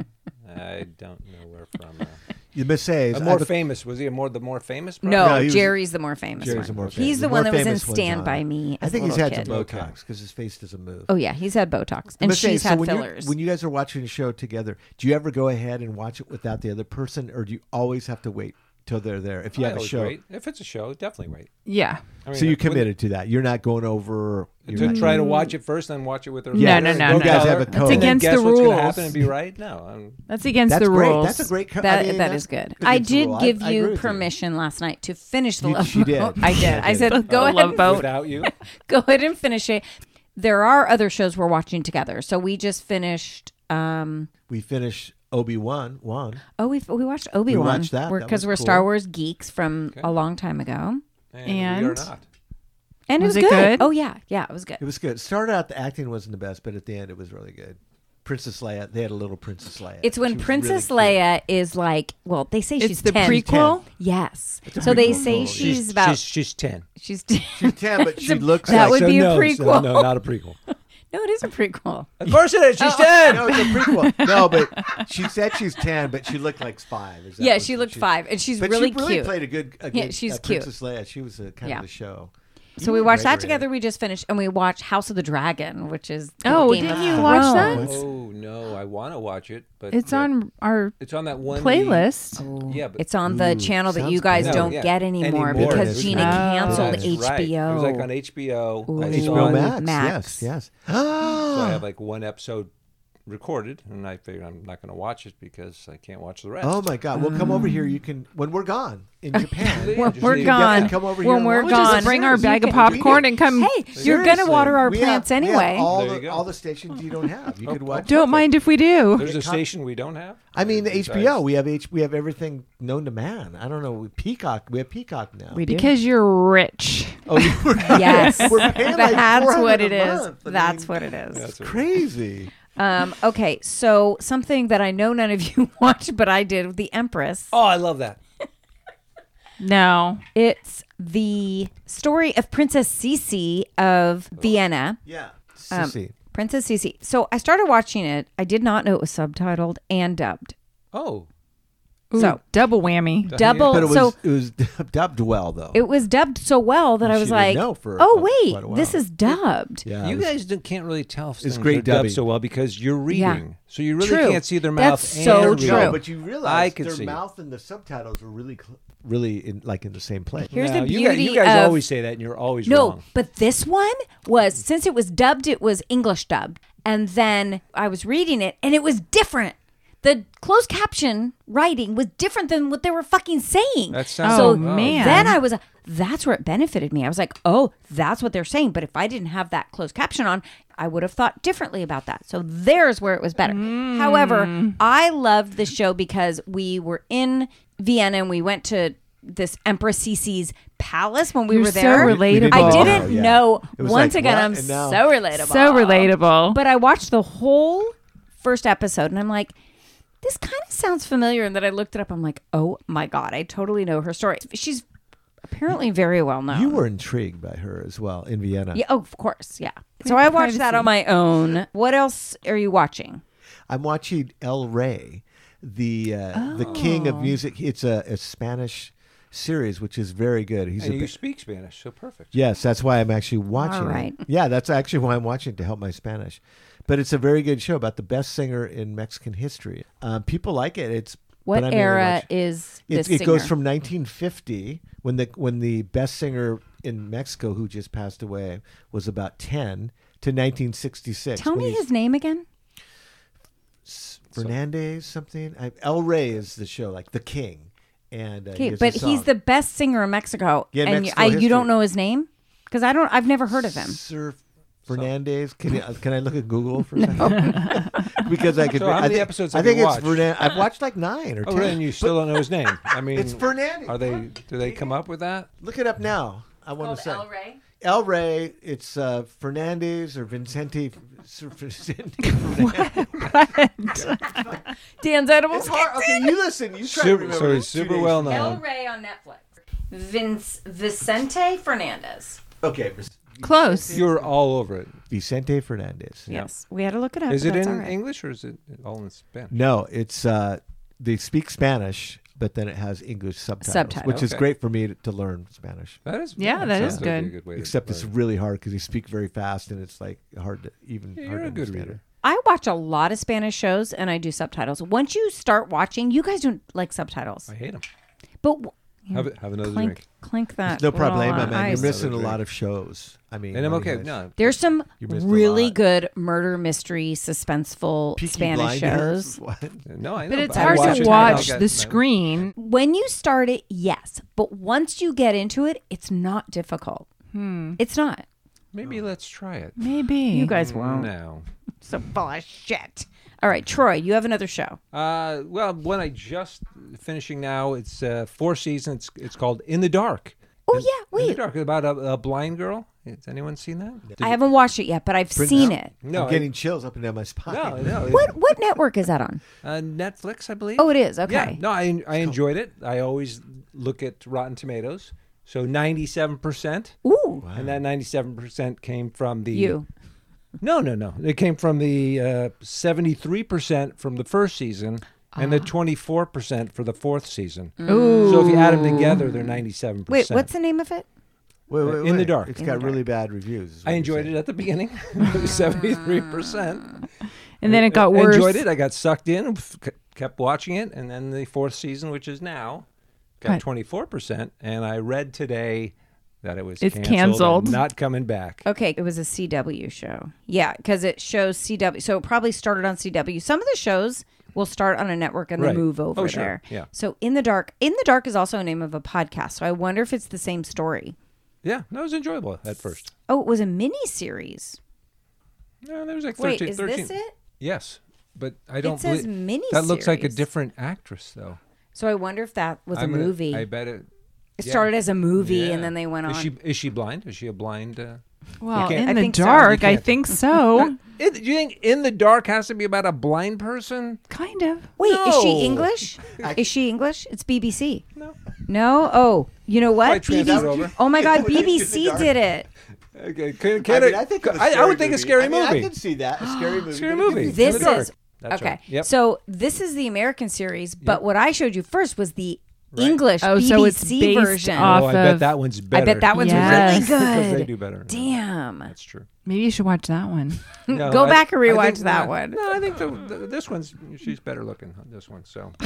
Speaker 6: I don't know where from. though.
Speaker 2: You miss A's.
Speaker 6: A
Speaker 2: I
Speaker 6: more
Speaker 2: look-
Speaker 6: famous was he? A more the more famous? Brother?
Speaker 5: No,
Speaker 2: No, he was-
Speaker 5: Jerry's the more famous
Speaker 2: Jerry's
Speaker 5: one.
Speaker 2: the more
Speaker 5: He's
Speaker 2: famous-
Speaker 5: the one
Speaker 2: more
Speaker 5: that was in
Speaker 2: famous one's
Speaker 5: Stand
Speaker 2: on.
Speaker 5: By Me.
Speaker 2: I
Speaker 5: as
Speaker 2: think
Speaker 5: a
Speaker 2: he's
Speaker 5: little
Speaker 2: had
Speaker 5: kid.
Speaker 2: some Botox because his face doesn't move.
Speaker 5: Oh yeah, he's had Botox, and
Speaker 2: But say,
Speaker 5: she's
Speaker 2: so
Speaker 5: had
Speaker 2: when you-
Speaker 5: fillers.
Speaker 2: when you guys are watching a show together, do you ever go ahead and watch it without the other person, or do you always have to wait till they're there? If you
Speaker 6: I
Speaker 2: have a
Speaker 6: always
Speaker 2: show,
Speaker 6: wait. If it's a show, definitely wait.
Speaker 3: yeah.
Speaker 6: I mean,
Speaker 2: so you
Speaker 6: when-
Speaker 2: committed to that. You're not going over. You're
Speaker 6: to
Speaker 2: not-
Speaker 6: try to watch it first, then watch it with her.
Speaker 2: Yeah,
Speaker 6: brother,
Speaker 2: no,
Speaker 6: and
Speaker 2: no,
Speaker 6: go
Speaker 2: no. You guys
Speaker 6: tell
Speaker 2: have
Speaker 6: her,
Speaker 2: a
Speaker 6: and
Speaker 2: code.
Speaker 6: then
Speaker 3: Against
Speaker 6: guess
Speaker 3: the
Speaker 6: what's gonna
Speaker 3: rules.
Speaker 6: happen and be right. No, I'm,
Speaker 3: That's against
Speaker 2: That's
Speaker 3: the
Speaker 2: great.
Speaker 3: rules.
Speaker 2: That's a great. Co-
Speaker 5: That,
Speaker 2: I mean,
Speaker 5: that
Speaker 2: that's
Speaker 5: is good.
Speaker 2: good
Speaker 5: I
Speaker 2: against the
Speaker 5: did
Speaker 2: rule.
Speaker 5: give
Speaker 2: I- I agree
Speaker 5: you
Speaker 2: with
Speaker 5: permission last night to finish the
Speaker 2: You-
Speaker 5: love
Speaker 2: she did.
Speaker 5: boat. I
Speaker 2: She
Speaker 5: did. I
Speaker 2: did.
Speaker 5: said, go
Speaker 6: I
Speaker 5: ahead,
Speaker 6: love
Speaker 5: and,
Speaker 3: boat.
Speaker 6: without you.
Speaker 5: go ahead and finish it. There are other shows we're watching together, so we just finished. Um,
Speaker 2: We finished Obi Wan. One.
Speaker 5: oh, we we watched Obi Wan
Speaker 2: watched that. That was
Speaker 5: because we're
Speaker 2: cool.
Speaker 5: Star Wars geeks from a long time ago,
Speaker 6: we are
Speaker 3: And-
Speaker 6: not.
Speaker 5: and
Speaker 3: Was
Speaker 5: it
Speaker 3: it
Speaker 5: was good.
Speaker 3: good?
Speaker 5: Oh yeah, yeah, it was good.
Speaker 2: It was good. Started out the acting wasn't the best, but at the end it was really good. Princess Leia. They had a little Princess Leia.
Speaker 5: It's when
Speaker 2: She was
Speaker 5: Princess
Speaker 2: really cute.
Speaker 5: Leia is like, well, they say
Speaker 3: It's
Speaker 5: she's
Speaker 3: the
Speaker 5: 10.
Speaker 3: prequel.
Speaker 5: Yes. So they
Speaker 2: prequel.
Speaker 5: say
Speaker 2: She's-
Speaker 5: she's, about
Speaker 6: she's, she's ten.
Speaker 5: she's,
Speaker 2: ten, but she looks
Speaker 5: that
Speaker 2: like-
Speaker 5: would
Speaker 6: So
Speaker 5: be
Speaker 6: no,
Speaker 5: a
Speaker 6: so
Speaker 5: prequel.
Speaker 6: no, not a prequel.
Speaker 5: No, it is a prequel.
Speaker 6: of course it is. She's ten.
Speaker 2: No, it's a prequel. No, but she said she's ten, but she looked like five. Is that
Speaker 5: Yeah,
Speaker 2: what
Speaker 5: she looked five, and she's
Speaker 2: But
Speaker 5: really,
Speaker 2: she really
Speaker 5: cute.
Speaker 2: played a good. A good
Speaker 5: Yeah, she's
Speaker 2: uh,
Speaker 5: cute.
Speaker 2: Princess Leia. She was a kind
Speaker 5: Yeah.
Speaker 2: of the show.
Speaker 5: so we watched that together. We just finished, and we watched House of the Dragon, which is the
Speaker 3: Oh,
Speaker 5: Game of
Speaker 3: didn't you
Speaker 5: Thrones.
Speaker 3: watch that?
Speaker 6: Oh no, I want to watch it, but
Speaker 3: It's
Speaker 6: yeah.
Speaker 3: on our
Speaker 6: It's on that one Oh.
Speaker 3: playlist.
Speaker 6: Yeah, but
Speaker 5: It's on the channel that you
Speaker 2: sounds
Speaker 5: guys
Speaker 2: good.
Speaker 6: No,
Speaker 5: don't
Speaker 6: yeah.
Speaker 5: get anymore,
Speaker 6: Anymore,
Speaker 5: because
Speaker 2: oh, that's
Speaker 5: Gina
Speaker 2: right.
Speaker 5: canceled
Speaker 6: That's
Speaker 5: HBO.
Speaker 6: right. It was like on HBO. I
Speaker 5: Ooh.
Speaker 6: saw
Speaker 2: HBO
Speaker 6: it,
Speaker 2: Max,
Speaker 5: Max.
Speaker 2: Yes,
Speaker 6: So I have
Speaker 2: yes.
Speaker 6: like one episode recorded, and I figured I'm not going to watch it because I can't watch the rest.
Speaker 2: oh my God! Well, come over here. You can when we're gone in Japan.
Speaker 6: When
Speaker 2: just
Speaker 6: we're
Speaker 2: leave it.
Speaker 6: gone.
Speaker 2: Yeah, Come over here.
Speaker 5: When
Speaker 2: and
Speaker 5: we're
Speaker 2: watch it.
Speaker 3: We'll just
Speaker 5: gone.
Speaker 3: bring our
Speaker 5: You
Speaker 3: bag
Speaker 5: can
Speaker 3: of
Speaker 5: do it.
Speaker 3: popcorn and come.
Speaker 5: Hey, you're gonna
Speaker 2: Seriously.
Speaker 5: water our
Speaker 2: We have-
Speaker 5: plants
Speaker 2: we have
Speaker 5: anyway.
Speaker 2: all
Speaker 6: There you
Speaker 2: the
Speaker 6: go.
Speaker 2: all the stations you don't have. You could watch.
Speaker 3: don't mind if we do.
Speaker 6: There's a station we don't have.
Speaker 2: I mean, the
Speaker 6: Besides-
Speaker 2: HBO. We have H. We have everything known to man. I don't know. We Peacock. We have Peacock now.
Speaker 5: We do.
Speaker 3: Because you're rich.
Speaker 2: oh, you were,
Speaker 5: yes,
Speaker 2: we're paying like
Speaker 5: that's what
Speaker 2: 400 a
Speaker 5: it is.
Speaker 2: month. I
Speaker 5: That's
Speaker 2: mean,
Speaker 5: what it is.
Speaker 2: It's crazy.
Speaker 5: Um, okay, so something that I know none of you watch, but I did with The Empress.
Speaker 6: Oh, I love that.
Speaker 3: No.
Speaker 5: It's the story of Princess Sisi of
Speaker 2: Oh.
Speaker 5: Vienna.
Speaker 2: Yeah.
Speaker 5: Um,
Speaker 2: Sissy.
Speaker 5: Princess Sisi. So I started watching it. I did not know it was subtitled and dubbed.
Speaker 6: Oh,
Speaker 3: Ooh,
Speaker 5: So-
Speaker 3: double whammy.
Speaker 5: Double.
Speaker 2: but it was
Speaker 5: so
Speaker 2: it was dubbed well though.
Speaker 5: it was dubbed so well that I
Speaker 2: She
Speaker 5: was
Speaker 2: didn't
Speaker 5: like,
Speaker 2: know for a-
Speaker 5: oh wait,
Speaker 2: quite a while.
Speaker 5: this is dubbed.
Speaker 2: yeah. it
Speaker 6: you
Speaker 2: was-
Speaker 6: guys don't- can't really tell if things
Speaker 2: great
Speaker 6: are dubbed
Speaker 2: dubbing.
Speaker 6: so well because you're reading, so you really
Speaker 5: True.
Speaker 6: can't see their mouth.
Speaker 5: That's
Speaker 6: and
Speaker 5: so
Speaker 6: they're
Speaker 5: true.
Speaker 2: No,
Speaker 6: reading.
Speaker 2: but you
Speaker 6: I
Speaker 2: realize
Speaker 6: could
Speaker 2: their
Speaker 6: see it.
Speaker 2: mouth and the subtitles were really, cl- really in, like in the same place.
Speaker 5: Here's
Speaker 6: No,
Speaker 5: the
Speaker 6: you guys,
Speaker 5: beauty
Speaker 6: you guys
Speaker 5: of
Speaker 6: always say that, and you're always
Speaker 5: no,
Speaker 6: wrong.
Speaker 5: but this one was since it was dubbed, it was English dubbed, and then I was reading it, and it was different. The closed caption writing was different than what they were fucking saying.
Speaker 6: That sounds-
Speaker 5: so
Speaker 6: Oh, man.
Speaker 5: Then I was that's where it benefited me. I was like, oh, that's what they're saying. But if I didn't have that closed caption on, I would have thought differently about that. So there's where it was better.
Speaker 3: Mm.
Speaker 5: However, I loved the show because we were in Vienna and we went to this Empress Sisi's palace when we
Speaker 3: You're
Speaker 5: were
Speaker 3: so
Speaker 5: there.
Speaker 3: relatable. We didn't
Speaker 5: I
Speaker 3: know,
Speaker 5: didn't
Speaker 2: Oh, yeah.
Speaker 5: know.
Speaker 2: It was
Speaker 5: Once
Speaker 2: like,
Speaker 5: again,
Speaker 2: what?
Speaker 5: I'm
Speaker 2: And now-
Speaker 5: so relatable.
Speaker 3: So relatable.
Speaker 5: But I watched the whole first episode and I'm like, this kind of sounds familiar. And then I looked it up. I'm like, oh my God, I totally know her story. She's apparently very well known.
Speaker 2: You were intrigued by her as well in Vienna.
Speaker 5: Yeah, oh, of course. Yeah. So I watched that on my own. What else are you watching?
Speaker 2: I'm watching El Rey, the uh, the king
Speaker 5: Oh.
Speaker 2: of music. It's a, a Spanish series, which is very good. He's
Speaker 6: And
Speaker 2: a
Speaker 6: you
Speaker 2: big-
Speaker 6: speak Spanish, so perfect.
Speaker 2: Yes, that's why I'm actually watching.
Speaker 5: All
Speaker 2: it.
Speaker 5: right.
Speaker 2: Yeah, that's actually why I'm watching it, to help my Spanish. But it's a very good show about the best singer in Mexican history. Um, people like it. It's
Speaker 5: What
Speaker 2: but I'm gonna
Speaker 5: era
Speaker 2: watch-
Speaker 5: is
Speaker 2: It,
Speaker 5: this?
Speaker 2: it goes
Speaker 5: singer?
Speaker 2: from 1950 when the when the best singer in Mexico who just passed away was about 10 to 1966.
Speaker 5: Tell
Speaker 2: when
Speaker 5: me
Speaker 2: he's
Speaker 5: his name again.
Speaker 2: Fernandez something. I, El Rey is the show, like the king, and uh, he
Speaker 5: Okay,
Speaker 2: has a
Speaker 5: but he's
Speaker 2: song.
Speaker 5: the best singer in Mexico,
Speaker 2: Yeah,
Speaker 5: and
Speaker 2: Mexico
Speaker 5: you, I, you
Speaker 2: history.
Speaker 5: don't know his name because I don't. I've never heard of him.
Speaker 2: Sir Fernandez. Can you, uh, can I look at Google for a second? because I could.
Speaker 6: So how many
Speaker 2: I think,
Speaker 6: episodes
Speaker 2: I
Speaker 6: have
Speaker 2: think
Speaker 6: you
Speaker 2: it's
Speaker 6: watched?
Speaker 2: Fernan- I've watched like nine or
Speaker 6: Oh,
Speaker 2: ten.
Speaker 6: really? And you still don't know his name? I mean,
Speaker 2: It's Fernandez.
Speaker 6: Are they? Do they come up with that?
Speaker 2: Look it up now. I want to say El Rey. El Rey. It's uh, Fernandez or Vincente. Sir Vicente Fernandez.
Speaker 5: Dan's edibles.
Speaker 2: It's hard. Okay, you listen. You try to
Speaker 6: Super,
Speaker 2: remember.
Speaker 6: so he's
Speaker 2: It's two
Speaker 6: super
Speaker 2: days.
Speaker 6: well known.
Speaker 5: Rey on Netflix. Vince Vicente Fernandez.
Speaker 2: Okay. Vic-
Speaker 3: Close.
Speaker 6: You're all over it.
Speaker 2: Vicente Fernandez.
Speaker 5: Yes, we had to look it up.
Speaker 6: Is
Speaker 5: but
Speaker 6: it
Speaker 5: that's
Speaker 6: in
Speaker 5: all right.
Speaker 6: English or is it all in Spanish?
Speaker 2: No, it's uh, they speak Spanish, but then it has English subtitles, which is
Speaker 6: Okay.
Speaker 2: great for me to, to learn Spanish.
Speaker 6: That is.
Speaker 3: Yeah, that is
Speaker 6: sounds like
Speaker 3: good.
Speaker 6: a way to
Speaker 2: Except it's
Speaker 6: learn.
Speaker 2: really hard because they speak very fast, and it's like hard to even.
Speaker 6: Yeah,
Speaker 2: hard
Speaker 6: You're
Speaker 2: to
Speaker 6: a good
Speaker 2: understand
Speaker 6: reader.
Speaker 5: I watch a lot of Spanish shows and I do subtitles. Once you start watching, you guys don't like subtitles,
Speaker 6: I hate him.
Speaker 5: but w-
Speaker 6: Have, it- have another
Speaker 5: clink,
Speaker 6: drink.
Speaker 5: clink
Speaker 2: it.
Speaker 5: that.
Speaker 2: It's no
Speaker 5: little,
Speaker 2: problem,
Speaker 5: uh,
Speaker 2: man.
Speaker 5: ice.
Speaker 2: You're missing a lot of shows. I mean,
Speaker 6: And I'm
Speaker 2: how many
Speaker 6: okay.
Speaker 2: guys-
Speaker 6: No.
Speaker 5: There's some
Speaker 2: You missed a
Speaker 5: really
Speaker 2: lot.
Speaker 5: good murder mystery, suspenseful
Speaker 2: Peaky
Speaker 5: Spanish
Speaker 2: Blinders?
Speaker 5: shows.
Speaker 2: What?
Speaker 6: No, I know.
Speaker 3: But it's
Speaker 6: I
Speaker 3: hard
Speaker 5: watch
Speaker 3: to
Speaker 5: it.
Speaker 6: it. I
Speaker 3: watch
Speaker 6: got-
Speaker 3: the
Speaker 6: I-
Speaker 3: screen.
Speaker 5: When you start it, yes, but once you get into it, it's not difficult.
Speaker 2: Hmm.
Speaker 5: It's not.
Speaker 6: Maybe let's try it. Mm,
Speaker 3: Maybe.
Speaker 5: You guys won't.
Speaker 6: Now.
Speaker 5: So Mm. full of shit. All right, Troy, you have another show.
Speaker 6: Uh, well, one I just finishing now. It's uh, four seasons. It's, it's called In the Dark.
Speaker 5: Oh
Speaker 6: In-
Speaker 5: yeah,
Speaker 6: In the
Speaker 5: wait.
Speaker 6: Dark about a, a blind girl. Has anyone seen that? Did
Speaker 5: I
Speaker 6: you-
Speaker 5: haven't watched it yet, but I've seen
Speaker 2: out?
Speaker 5: it.
Speaker 6: No,
Speaker 2: I'm
Speaker 6: I-
Speaker 2: getting chills up and down my spine.
Speaker 6: no, no. it-
Speaker 5: What what network is that on?
Speaker 6: Uh, Netflix, I believe.
Speaker 5: Oh, it is. Okay.
Speaker 6: Yeah. No, I I enjoyed it. I always look at Rotten Tomatoes. So ninety seven percent,
Speaker 5: Ooh,
Speaker 6: and that ninety seven percent came from the
Speaker 5: you.
Speaker 6: No, no, no. It came from the seventy three percent from the first season. And
Speaker 3: Ah.
Speaker 6: the twenty four percent for the fourth season. Ooh. So if you add them together, they're ninety seven
Speaker 5: Wait,
Speaker 6: percent.
Speaker 5: what's the name of it?
Speaker 2: Wait, wait,
Speaker 6: In
Speaker 2: wait.
Speaker 6: the dark.
Speaker 2: It's
Speaker 5: In
Speaker 2: got
Speaker 5: the
Speaker 2: really bad reviews. is what
Speaker 6: I
Speaker 2: you're
Speaker 6: enjoyed
Speaker 2: saying.
Speaker 6: it at the beginning, seventy three percent.
Speaker 3: And then it got worse.
Speaker 6: Enjoyed it. I got sucked in, f- k- kept watching it, and then the fourth season, which is now, got
Speaker 3: Right.
Speaker 6: twenty four percent. And I read today that it was
Speaker 3: It's
Speaker 6: canceled,
Speaker 3: canceled.
Speaker 6: and not coming back.
Speaker 5: Okay, it was a CW show. Yeah, because it shows CW. So it probably started on CW. Some of the shows will start on a network and
Speaker 6: Right.
Speaker 5: then move over
Speaker 6: Oh, sure.
Speaker 5: there.
Speaker 6: Yeah.
Speaker 5: So in the dark, in the dark is also a name of a podcast. So I wonder if it's the same story.
Speaker 6: Yeah, that was enjoyable at first.
Speaker 5: Oh, it was a mini series.
Speaker 6: No, there was like 13,
Speaker 5: Wait, is
Speaker 6: 13.
Speaker 5: this it?
Speaker 6: Yes, but I don't.
Speaker 5: says
Speaker 6: believe- That looks like a
Speaker 5: miniseries.
Speaker 6: different actress, though.
Speaker 5: So I wonder if that was
Speaker 6: I'm
Speaker 5: a
Speaker 6: gonna-
Speaker 5: movie.
Speaker 6: I bet it.
Speaker 5: It
Speaker 6: yeah.
Speaker 5: started as a movie
Speaker 6: Yeah.
Speaker 5: and then they went on.
Speaker 6: Is she is she blind? Is she a blind? Uh...
Speaker 3: Well,
Speaker 6: can't-
Speaker 3: in
Speaker 5: I
Speaker 3: the
Speaker 5: think so. You
Speaker 3: dark, I
Speaker 6: can't.
Speaker 3: think so.
Speaker 6: It- do you think in the dark has to be about a blind person?
Speaker 3: kind of.
Speaker 5: Wait, is
Speaker 6: No.
Speaker 5: she English? Is she English? It's BBC.
Speaker 6: No.
Speaker 5: No? Oh, you know what?
Speaker 6: Probably transferred over.
Speaker 5: Oh my God,
Speaker 2: What you did in the
Speaker 5: BBC
Speaker 2: dark.
Speaker 5: did it.
Speaker 6: Okay, can,
Speaker 2: I,
Speaker 6: can
Speaker 2: mean,
Speaker 6: it-
Speaker 2: I think of a
Speaker 6: I, I
Speaker 2: scary
Speaker 6: would think a
Speaker 2: movie.
Speaker 6: scary
Speaker 2: I mean,
Speaker 6: movie.
Speaker 2: I could see that. A scary movie.
Speaker 6: Scary
Speaker 2: but it could
Speaker 6: movie.
Speaker 2: be-
Speaker 5: This
Speaker 6: In the dark.
Speaker 5: is
Speaker 6: That's
Speaker 5: okay.
Speaker 6: right. Yep.
Speaker 5: So this is the American series, but what I showed you first was the English
Speaker 3: Oh,
Speaker 5: BBC
Speaker 3: so it's based
Speaker 5: version.
Speaker 3: off-
Speaker 6: oh, I bet
Speaker 3: of-
Speaker 6: that one's better.
Speaker 5: I bet that one's
Speaker 3: Yes.
Speaker 5: really
Speaker 6: because
Speaker 5: good.
Speaker 6: they do better.
Speaker 5: Damn.
Speaker 6: that's true.
Speaker 3: Maybe you should watch that one.
Speaker 6: No,
Speaker 5: Go
Speaker 6: I-
Speaker 5: back and
Speaker 6: I think-
Speaker 5: rewatch that
Speaker 6: no,
Speaker 5: one.
Speaker 6: No, I think the, the, this one's she's better looking. on This one, so